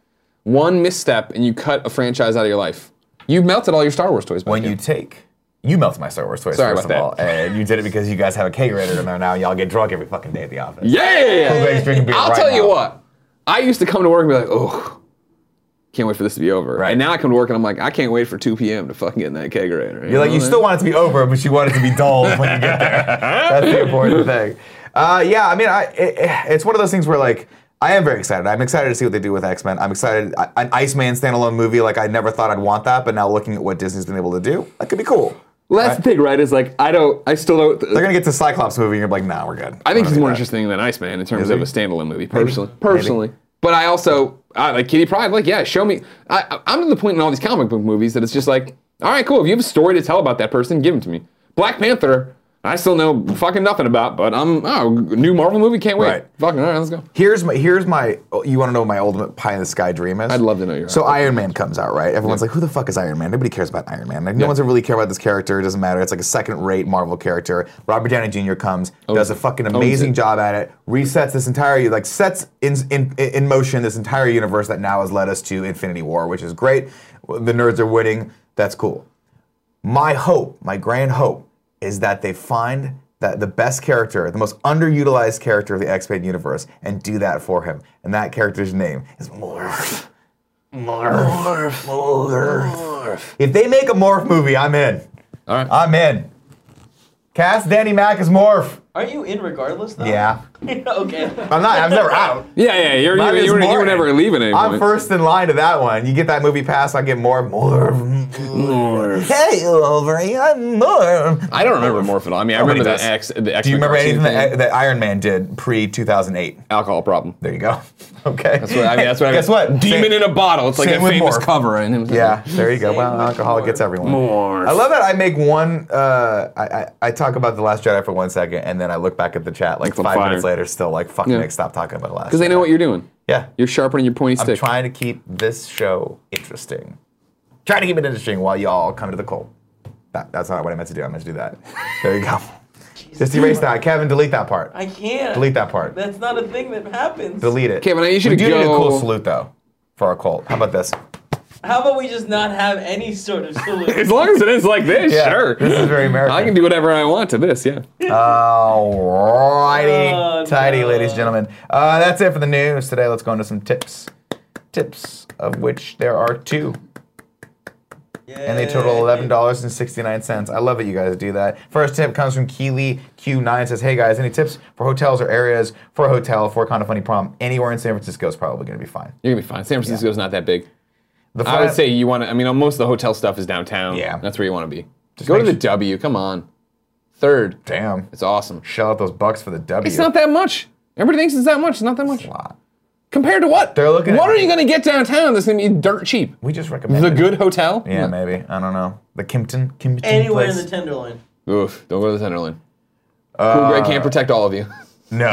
Speaker 2: One misstep and you cut a franchise out of your life. You melted all your Star Wars toys. Back
Speaker 1: when
Speaker 2: in.
Speaker 1: you take you melt my Star Wars toys
Speaker 2: Sorry
Speaker 1: first of
Speaker 2: about
Speaker 1: all, and you did it because you guys have a K rated and now y'all get drunk every fucking day at the office.
Speaker 2: Yeah!
Speaker 1: Everybody's drinking beer
Speaker 2: I'll
Speaker 1: right
Speaker 2: tell you
Speaker 1: now.
Speaker 2: what. I used to come to work and be like, oh, can't wait for this to be over.
Speaker 1: Right.
Speaker 2: And now I come to work and I'm like, I can't wait for 2 p.m. to fucking get in that kegerator.
Speaker 1: You're like, you still want it to be over, but you want it to be dull when you get there. That's the important thing. Uh, yeah, I mean, I, it, it's one of those things where, like, I am very excited. I'm excited to see what they do with X Men. I'm excited. I, an Iceman standalone movie, like, I never thought I'd want that, but now looking at what Disney's been able to do, that could be cool.
Speaker 2: Well, that's the thing, right? Is like, I don't, I still don't.
Speaker 1: They're going to get to Cyclops movie, and you're like, nah, we're good.
Speaker 2: I think
Speaker 1: We're
Speaker 2: he's more
Speaker 1: gonna do
Speaker 2: interesting than Iceman in terms
Speaker 1: Is
Speaker 2: of
Speaker 1: he?
Speaker 2: a standalone movie, personally. Personally, but I also I, like Kitty Pride. Like, yeah, show me. I, I- I'm to the point in all these comic book movies that it's just like, all right, cool. If you have a story to tell about that person, give them to me. Black Panther. I still know fucking nothing about, but I'm oh new Marvel movie, can't wait.
Speaker 1: Right.
Speaker 2: Fucking all right, let's go.
Speaker 1: Here's my here's my oh, you want to know what my ultimate pie in the sky dream is?
Speaker 2: I'd love to know your-
Speaker 1: So Iron Man comes out, right? Everyone's like, who the fuck is Iron Man? Nobody cares about Iron Man. Like, no one's really care about this character. It doesn't matter. It's like a second rate Marvel character. Robert Downey Jr. comes, does a fucking amazing
Speaker 2: it.
Speaker 1: job at it, resets this entire like sets in in in motion this entire universe that now has led us to Infinity War, which is great. The nerds are winning. That's cool. My hope, my grand hope, is that they find that the best character, the most underutilized character of the X-Men universe, and do that for him. And that character's name is Morph. Morph. Morph. If they make a Morph movie, I'm in.
Speaker 2: All right.
Speaker 1: I'm in. Cast Danny Mac as Morph.
Speaker 3: Are you in regardless though?
Speaker 1: Yeah.
Speaker 3: okay.
Speaker 1: I'm not. I'm never out.
Speaker 2: yeah, yeah, you're,
Speaker 1: Mine
Speaker 2: you,
Speaker 1: is
Speaker 2: you, were, you were
Speaker 1: Morgan.
Speaker 2: never leaving it.
Speaker 1: I'm first in line to that one. You get that movie pass, I get Morph. Morph. Hey, Wolverine, I'm Morph.
Speaker 2: I don't remember Morph at all. I mean, I remember
Speaker 1: does.
Speaker 2: the X. The X
Speaker 1: Do you remember anything
Speaker 2: thing.
Speaker 1: that, that Iron Man did pre 2008?
Speaker 2: alcohol problem?
Speaker 1: There you go. Okay.
Speaker 2: That's what I mean. That's what I
Speaker 1: Guess
Speaker 2: mean.
Speaker 1: what?
Speaker 2: Demon
Speaker 1: Same-
Speaker 2: in a bottle. It's like
Speaker 1: same
Speaker 2: that
Speaker 1: with
Speaker 2: famous
Speaker 1: Morph.
Speaker 2: cover. And it was
Speaker 1: Yeah, there you go.
Speaker 3: Same
Speaker 1: Well,
Speaker 3: with
Speaker 1: alcohol
Speaker 3: Morph.
Speaker 1: gets everyone.
Speaker 2: Morph.
Speaker 1: I love that I make one. Uh, I, I I talk about the Last Jedi for one second, and then I look back at the chat like
Speaker 2: It's on
Speaker 1: five
Speaker 2: fire.
Speaker 1: minutes later, still like, "Fuck
Speaker 2: Yeah.
Speaker 1: Nick, stop talking about the Last."
Speaker 2: because they know what you're doing.
Speaker 1: Yeah,
Speaker 2: You're sharpening your pointy
Speaker 1: I'm
Speaker 2: stick.
Speaker 1: trying to keep this show interesting. Trying to keep it interesting while y'all come to the cold. That, that's not what I meant to do. I meant to do that. There you go. Just erase that, Kevin. Delete that part.
Speaker 3: I can't.
Speaker 1: Delete that part.
Speaker 3: That's not a thing that happens.
Speaker 1: Delete it.
Speaker 2: Kevin, I need you
Speaker 1: we
Speaker 2: to
Speaker 1: do need a cool
Speaker 2: go-
Speaker 1: salute though for our cult. How about this?
Speaker 3: How about we just not have any sort of
Speaker 2: As
Speaker 3: solution?
Speaker 2: long as it is like this,
Speaker 1: Yeah,
Speaker 2: sure.
Speaker 1: This is very American.
Speaker 2: I can do whatever I want to this. Yeah.
Speaker 1: Alrighty,
Speaker 3: Oh,
Speaker 1: tidy,
Speaker 3: no.
Speaker 1: ladies and gentlemen. Uh, that's it for the news today. Let's go into some tips. Tips, of which there are two, and they total eleven dollars and sixty nine cents. I love it. You guys do that. First tip comes from Keely Q9. Says, "Hey guys, any tips for hotels or areas for a hotel for a kind of funny prom anywhere in San Francisco is probably going to be fine."
Speaker 2: You're gonna be fine. San Francisco's not that big.
Speaker 1: The
Speaker 2: I would
Speaker 1: flat-
Speaker 2: say you want to. I mean, most of the hotel stuff is downtown.
Speaker 1: Yeah.
Speaker 2: that's where you want to be. Go to
Speaker 1: make
Speaker 2: the
Speaker 1: sure-
Speaker 2: W. Come on, third.
Speaker 1: damn,
Speaker 2: It's awesome.
Speaker 1: shell out those bucks for the W.
Speaker 2: It's not that much. Everybody thinks it's that much. It's not that much.
Speaker 1: lot.
Speaker 2: Compared to what?
Speaker 1: They're looking
Speaker 2: What
Speaker 1: at-
Speaker 2: are you gonna get downtown that's gonna be dirt cheap?
Speaker 1: we just recommend
Speaker 2: The
Speaker 1: it.
Speaker 2: good hotel.
Speaker 1: Yeah, maybe. I don't know. The Kimpton, Kimpton
Speaker 3: Anywhere
Speaker 1: place.
Speaker 3: in the Tenderloin.
Speaker 2: Oof. Don't go to the Tenderloin.
Speaker 1: Uh,
Speaker 2: Cool Greg can't protect all of you.
Speaker 1: No.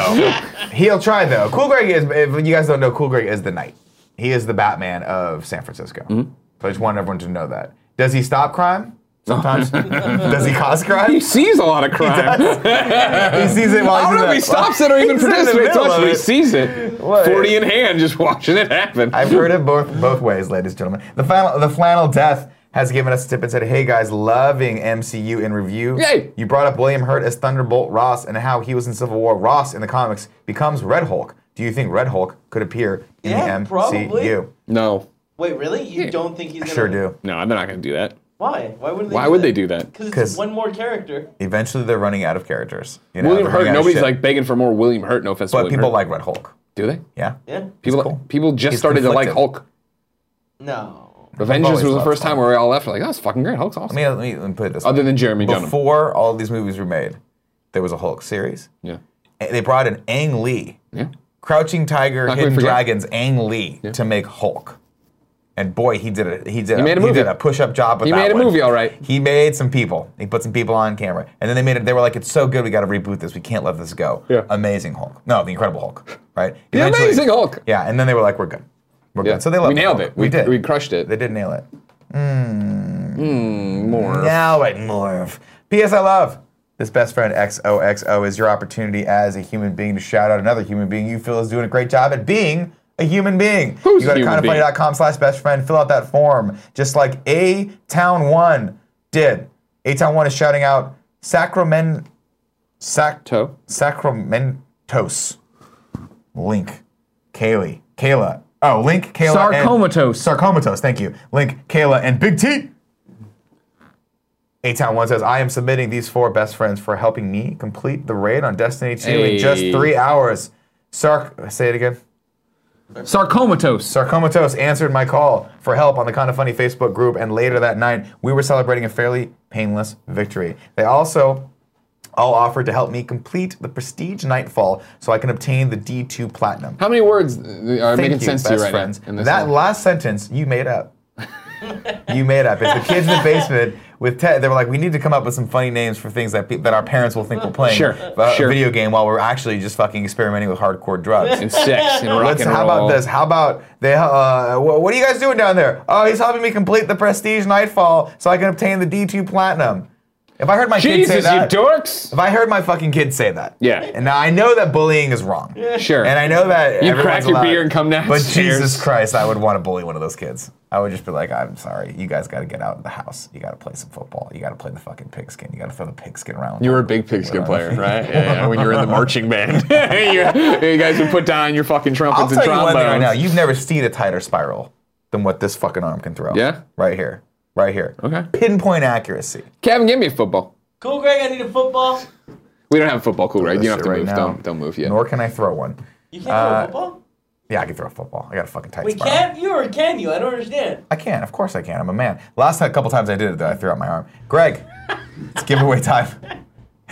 Speaker 1: He'll try though. Cool Greg is if you guys don't know, Cool Greg is the knight. He is the Batman of San Francisco.
Speaker 2: Mm-hmm.
Speaker 1: So I just want everyone to know that. Does he stop crime? Sometimes. Does he cause crime?
Speaker 2: He sees a lot of crime.
Speaker 1: He sees it while
Speaker 2: I
Speaker 1: he's
Speaker 2: don't
Speaker 1: in
Speaker 2: know if
Speaker 1: the-
Speaker 2: he stops it or even
Speaker 1: He's in the
Speaker 2: participates
Speaker 1: middle
Speaker 2: much,
Speaker 1: of
Speaker 2: but he
Speaker 1: it.
Speaker 2: sees it.
Speaker 1: What?
Speaker 2: 40 in hand, just watching it happen.
Speaker 1: I've heard it both both ways, ladies and gentlemen. The flannel, the flannel death has given us a tip and said, "Hey guys, loving MCU in review.
Speaker 2: Yay.
Speaker 1: You brought up William Hurt as Thunderbolt Ross and how he was in Civil War. Ross in the comics becomes Red Hulk. Do you think Red Hulk could appear in
Speaker 3: Yeah,
Speaker 1: the MCU?
Speaker 3: probably.
Speaker 2: no.
Speaker 3: Wait, really? You don't think he's
Speaker 1: I
Speaker 3: gonna?
Speaker 1: sure do.
Speaker 2: No, they're not going to do that.
Speaker 3: Why? Why would they?
Speaker 2: Why would they do that?
Speaker 3: Because it's
Speaker 1: 'Cause-
Speaker 3: one more character.
Speaker 1: Eventually, they're running out of characters. You know,
Speaker 2: William
Speaker 1: they're
Speaker 2: Hurt,
Speaker 1: running out of
Speaker 2: nobody's
Speaker 1: shit.
Speaker 2: like begging for more William Hurt. No offense to
Speaker 1: But
Speaker 2: William
Speaker 1: people
Speaker 2: Hurt.
Speaker 1: like Red Hulk.
Speaker 2: Do they?
Speaker 1: Yeah.
Speaker 3: Yeah.
Speaker 2: People,
Speaker 1: cool.
Speaker 2: people just
Speaker 1: He's
Speaker 2: started to like
Speaker 1: conflicted.
Speaker 2: Hulk.
Speaker 3: No.
Speaker 2: Avengers
Speaker 1: always
Speaker 2: was the
Speaker 1: loved
Speaker 2: first
Speaker 1: Hulk.
Speaker 2: time where we all left like, that's fucking great. Hulk's awesome.
Speaker 1: Let me, let me- let me put it this way.
Speaker 2: Other than Jeremy Dunham.
Speaker 1: Before all these movies were made, there was a Hulk series.
Speaker 2: Yeah.
Speaker 1: And They brought in Ang Lee,
Speaker 2: Yeah.
Speaker 1: Crouching Tiger,
Speaker 2: How can we
Speaker 1: Hidden
Speaker 2: forget?
Speaker 1: Dragons, Ang Lee to make Hulk. And boy, he did a he did
Speaker 2: He made a
Speaker 1: he
Speaker 2: movie.
Speaker 1: did a push up job with
Speaker 2: He
Speaker 1: that
Speaker 2: made a
Speaker 1: one.
Speaker 2: movie, all right.
Speaker 1: He made some people. He put some people on camera, and then they made it. They were like, "It's so good, we got to reboot this. We can't let this go."
Speaker 2: Yeah.
Speaker 1: Amazing Hulk. No, the Incredible Hulk. Right.
Speaker 2: The
Speaker 1: Eventually-
Speaker 2: Amazing Hulk.
Speaker 1: Yeah, and then they were like, "We're good, we're
Speaker 2: Yeah.
Speaker 1: good." So they left
Speaker 2: we
Speaker 1: the
Speaker 2: nailed
Speaker 1: Hulk.
Speaker 2: it.
Speaker 1: We, did.
Speaker 2: We crushed it.
Speaker 1: They did nail it. Hmm.
Speaker 2: Hmm, More.
Speaker 1: Now it morph. P.S. I love this best friend XOXO is your opportunity as a human being to shout out another human being you feel is doing a great job at being a human being.
Speaker 2: Who's
Speaker 1: you go to
Speaker 2: a human being?
Speaker 1: kindoffunny.com slash best friend, fill out that form, just like A Town One did. A Town One is shouting out Sacramen Sac
Speaker 2: Toe.
Speaker 1: Sacramentos. Link. Kaylee. Kayla. Oh, Link, Kayla. and-
Speaker 2: Sarcomatose.
Speaker 1: Sarcomatose, thank you. Link, Kayla, and Big T. A Town One says, I am submitting these four best friends for helping me complete the raid on Destiny 2 in just
Speaker 2: Hey.
Speaker 1: three hours. Sark, say it again.
Speaker 2: Sarcomatose.
Speaker 1: Sarcomatose answered my call for help on the Kind of Funny Facebook group, and later that night, we were celebrating a fairly painless victory. They also all offered to help me complete the Prestige Nightfall so I can obtain the D2 Platinum.
Speaker 2: How many words uh, are
Speaker 1: Thank
Speaker 2: making
Speaker 1: you,
Speaker 2: sense to you
Speaker 1: best
Speaker 2: right
Speaker 1: friends.
Speaker 2: now? in this
Speaker 1: That
Speaker 2: song?
Speaker 1: last sentence you made up. you made up. It's the kids in the basement with Ted, they were like, we need to come up with some funny names for things that pe- that our parents will think we're playing
Speaker 2: Sure,
Speaker 1: a
Speaker 2: sure.
Speaker 1: video game while we're actually just fucking experimenting with hardcore drugs.
Speaker 2: and sex and rock
Speaker 1: Let's,
Speaker 2: and
Speaker 1: how
Speaker 2: roll.
Speaker 1: about this? How about they? Uh, wha- what are you guys doing down there? Oh, he's helping me complete the Prestige Nightfall so I can obtain the D2 Platinum. If I heard my kid
Speaker 2: Jesus,
Speaker 1: say
Speaker 2: you
Speaker 1: that,
Speaker 2: dorks!
Speaker 1: if I heard my fucking kid say that,
Speaker 2: Yeah.
Speaker 1: and now I know that bullying is wrong,
Speaker 2: Sure.
Speaker 1: and I know that
Speaker 2: You
Speaker 1: everyone's
Speaker 2: crack your
Speaker 1: allowed-
Speaker 2: beer and come
Speaker 1: But
Speaker 2: downstairs.
Speaker 1: Jesus Christ, I would want to bully one of those kids. I would just be like, I'm sorry, you guys got to get out of the house. You got to play some football. You got to play the fucking pigskin. You got to throw the pigskin around.
Speaker 2: You were a big pigskin player, right? Yeah, yeah, when you were in the marching band. you, you guys would put down your fucking trumpets
Speaker 1: I'll
Speaker 2: and
Speaker 1: tell you one
Speaker 2: trombones.
Speaker 1: thing right now. You've never seen a tighter spiral than what this fucking arm can throw.
Speaker 2: Yeah?
Speaker 1: Right here. Right here.
Speaker 2: Okay.
Speaker 1: Pinpoint accuracy.
Speaker 2: Kevin, give me a football.
Speaker 3: Cool, Greg. I need a football.
Speaker 2: We don't have a football, cool, right? You
Speaker 1: This
Speaker 2: don't have
Speaker 1: shit
Speaker 2: to
Speaker 1: right
Speaker 2: move.
Speaker 1: now.
Speaker 2: Don't, don't move yet.
Speaker 1: Nor can I throw one.
Speaker 3: You can't
Speaker 1: Uh,
Speaker 3: throw a football.
Speaker 1: Yeah, I can throw a football. I got a fucking tight
Speaker 3: We
Speaker 1: spiral.
Speaker 3: can't. You or can you? I don't understand.
Speaker 1: I can. Of course I can. I'm a man. Last time, a couple times I did it, though, I threw out my arm. Greg, it's giveaway time.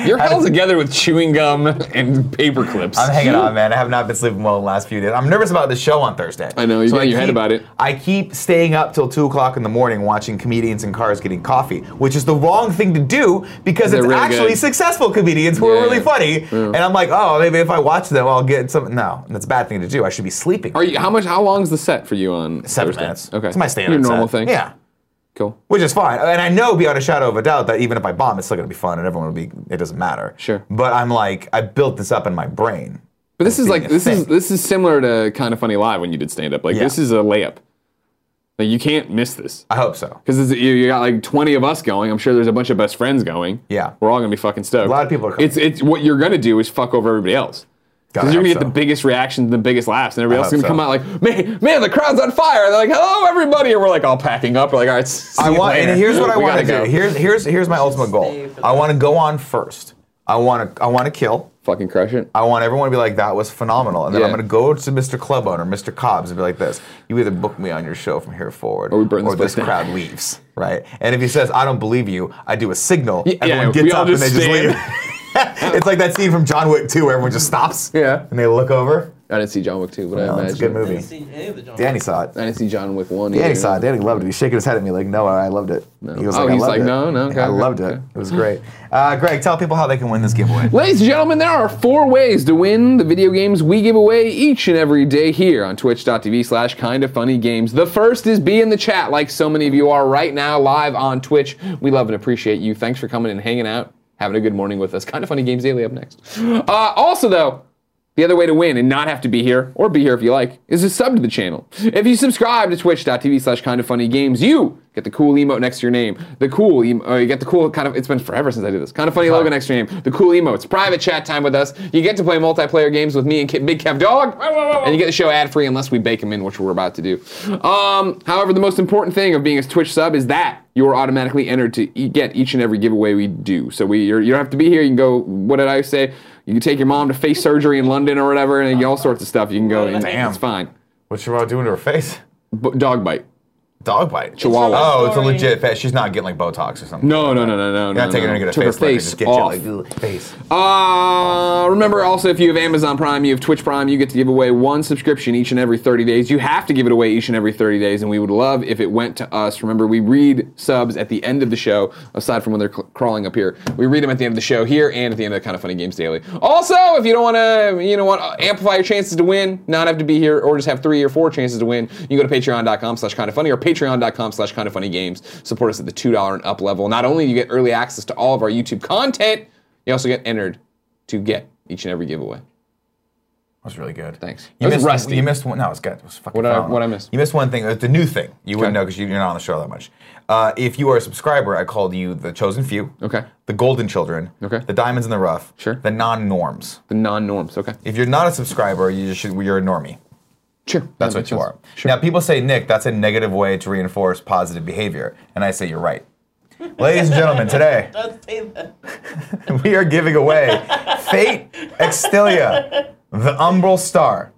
Speaker 2: You're held together with chewing gum and paper clips.
Speaker 1: I'm hanging on, man. I have not been sleeping well the last few days. I'm nervous about the show on Thursday.
Speaker 2: I know, you got
Speaker 1: I
Speaker 2: your head
Speaker 1: keep-
Speaker 2: about it.
Speaker 1: I keep staying up till two o'clock in the morning watching comedians in cars getting coffee, which is the wrong thing to do because
Speaker 2: They're
Speaker 1: it's
Speaker 2: really
Speaker 1: actually
Speaker 2: good.
Speaker 1: successful comedians who
Speaker 2: Yeah,
Speaker 1: are really
Speaker 2: yeah.
Speaker 1: funny. And I'm like, oh, maybe if I watch them, I'll get some. No, that's a bad thing to do. I should be sleeping.
Speaker 2: Are you, how much? How long's the set for you on
Speaker 1: Seven
Speaker 2: Thursday?
Speaker 1: minutes.
Speaker 2: Okay,
Speaker 1: it's my standard.
Speaker 2: Your normal
Speaker 1: set.
Speaker 2: thing.
Speaker 1: Yeah.
Speaker 2: cool.
Speaker 1: Which is fine, and I know beyond a shadow of a doubt that even if I bomb, it's still gonna be fun, and everyone will be. It doesn't matter.
Speaker 2: Sure.
Speaker 1: But I'm like, I built this up in my brain.
Speaker 2: But this is
Speaker 1: being
Speaker 2: like
Speaker 1: a
Speaker 2: this is
Speaker 1: thing.
Speaker 2: this is similar to kind of funny live when you did stand up. Like
Speaker 1: Yeah.
Speaker 2: this is a layup. Like you can't miss this
Speaker 1: I hope so.
Speaker 2: because you, you got like twenty of us going. I'm sure there's a bunch of best friends going.
Speaker 1: Yeah.
Speaker 2: we're all gonna be fucking stoked.
Speaker 1: A lot of people are coming.
Speaker 2: It's it's what you're gonna do is fuck over everybody else.
Speaker 1: God, I
Speaker 2: Because you're gonna
Speaker 1: hope
Speaker 2: get the
Speaker 1: so.
Speaker 2: biggest reactions and the biggest laughs, and everybody
Speaker 1: I
Speaker 2: else is
Speaker 1: hope
Speaker 2: gonna come
Speaker 1: so.
Speaker 2: out like, man, man, the crowd's on fire. And they're like, hello, everybody, and we're like all packing up. We're like, all right, see
Speaker 1: I
Speaker 2: you
Speaker 1: want,
Speaker 2: later.
Speaker 1: and here's what I
Speaker 2: We
Speaker 1: want to
Speaker 2: gotta
Speaker 1: do.
Speaker 2: go.
Speaker 1: Here's here's here's my ultimate goal. I want to go on first. I want to I want to kill.
Speaker 2: fucking crush it.
Speaker 1: I want everyone to be like that was phenomenal, and then I'm
Speaker 2: Yeah.
Speaker 1: going to go to Mr. Club Owner, Mr. Cobbs, and be like this: You either book me on your show from here forward,
Speaker 2: Or we burn this
Speaker 1: this
Speaker 2: place down."
Speaker 1: crowd leaves, right? And if he says I don't believe you, I do a signal.
Speaker 2: yeah,
Speaker 1: everyone
Speaker 2: we
Speaker 1: gets
Speaker 2: all
Speaker 1: up
Speaker 2: just
Speaker 1: and they
Speaker 2: stand.
Speaker 1: just leave. it's like that scene from John Wick 2 where everyone just stops.
Speaker 2: Yeah.
Speaker 1: and they look over.
Speaker 2: I didn't see John Wick 2, but I
Speaker 1: No,
Speaker 2: imagine.
Speaker 1: it's a good
Speaker 3: I haven't
Speaker 1: movie.
Speaker 3: seen any of the genres.
Speaker 1: Danny saw it.
Speaker 2: I didn't see John Wick 1.
Speaker 1: Danny
Speaker 2: either.
Speaker 1: saw it. Danny loved it. He was shaking his head at me like, "No, I loved it." He was
Speaker 2: Oh,
Speaker 1: like, "I
Speaker 2: he's
Speaker 1: loved
Speaker 2: like,
Speaker 1: it."
Speaker 2: "No, no,
Speaker 1: Yeah,
Speaker 2: okay,
Speaker 1: I
Speaker 2: okay,
Speaker 1: loved it.
Speaker 2: okay."
Speaker 1: It was great." Uh, Greg, tell people how they can win this giveaway.
Speaker 2: Ladies and gentlemen, there are four ways to win the video games we give away each and every day here on twitch.tv slash kind of funny games. The first is be in the chat, like so many of you are right now live on Twitch. We love and appreciate you. Thanks for coming and hanging out, having a good morning with us. Kind of funny games daily up next. Uh, also, though, the other way to win and not have to be here, or be here if you like, is to sub to the channel. If you subscribe to twitch.tv slash kind of funny games, you get the cool emote next to your name. The cool, em- uh, you get the cool kind of, it's been forever since I did this, kind of funny logo next to your name. The cool emotes, private chat time with us. You get to play multiplayer games with me and Ke- Big Kev Dog, and you get the show ad free unless we bake them in, which we're about to do. Um, however, the most important thing of being a Twitch sub is that you are automatically entered to e- get each and every giveaway we do. So we, you're, you don't have to be here. You can go, what did I say? You can take your mom to face surgery in London or whatever, and all sorts of stuff. You can go. And
Speaker 1: Damn.
Speaker 2: It's fine.
Speaker 1: What's she doing to her face?
Speaker 2: B- dog bite.
Speaker 1: Dog bite.
Speaker 2: Chihuahua.
Speaker 1: Oh, it's a
Speaker 3: Sorry.
Speaker 1: legit face. She's not getting like Botox or something.
Speaker 2: No, no, no, no, no.
Speaker 1: You're
Speaker 2: no,
Speaker 1: not taking
Speaker 2: no.
Speaker 1: her to get a
Speaker 2: Took
Speaker 1: face, lift,
Speaker 2: face
Speaker 1: just get
Speaker 2: off.
Speaker 1: You, like, ugh, face.
Speaker 2: Uh, remember also, if you have Amazon Prime, you have Twitch Prime, you get to give away one subscription each and every 30 days. You have to give it away each and every 30 days, and we would love if it went to us. Remember, we read subs at the end of the show, aside from when they're cl- crawling up here. We read them at the end of the show here and at the end of the Kind of Funny Games Daily. Also, if you don't want to, you know, want to amplify your chances to win, not have to be here, or just have three or four chances to win, you can go to patreon.com slash kind of funny or patreon.com slash kind of funny games. Support us at the $2 and up level. Not only do you get early access to all of our YouTube content, you also get entered to get each and every giveaway.
Speaker 1: That was really good.
Speaker 2: Thanks. It
Speaker 1: You
Speaker 2: was
Speaker 1: missed,
Speaker 2: rusty.
Speaker 1: You missed one. No, it's good. It was fucking
Speaker 2: What did I-
Speaker 1: phenomenal.
Speaker 2: what I miss?
Speaker 1: You missed one thing. It's a new thing. You
Speaker 2: Okay.
Speaker 1: wouldn't know because you're not on the show that much. Uh, if you are a subscriber, I called you the chosen few.
Speaker 2: Okay.
Speaker 1: The golden children.
Speaker 2: Okay.
Speaker 1: The diamonds in the rough.
Speaker 2: Sure.
Speaker 1: The non-norms.
Speaker 2: The non-norms. Okay.
Speaker 1: If you're not a subscriber, you just should, you're a normie.
Speaker 2: Sure.
Speaker 1: That's what you are. Now, people say, Nick, that's a negative way to reinforce positive behavior. And I say, you're right. Ladies and gentlemen, today
Speaker 3: Don't say that.
Speaker 1: we are giving away Fate Extilia, the Umbral Star,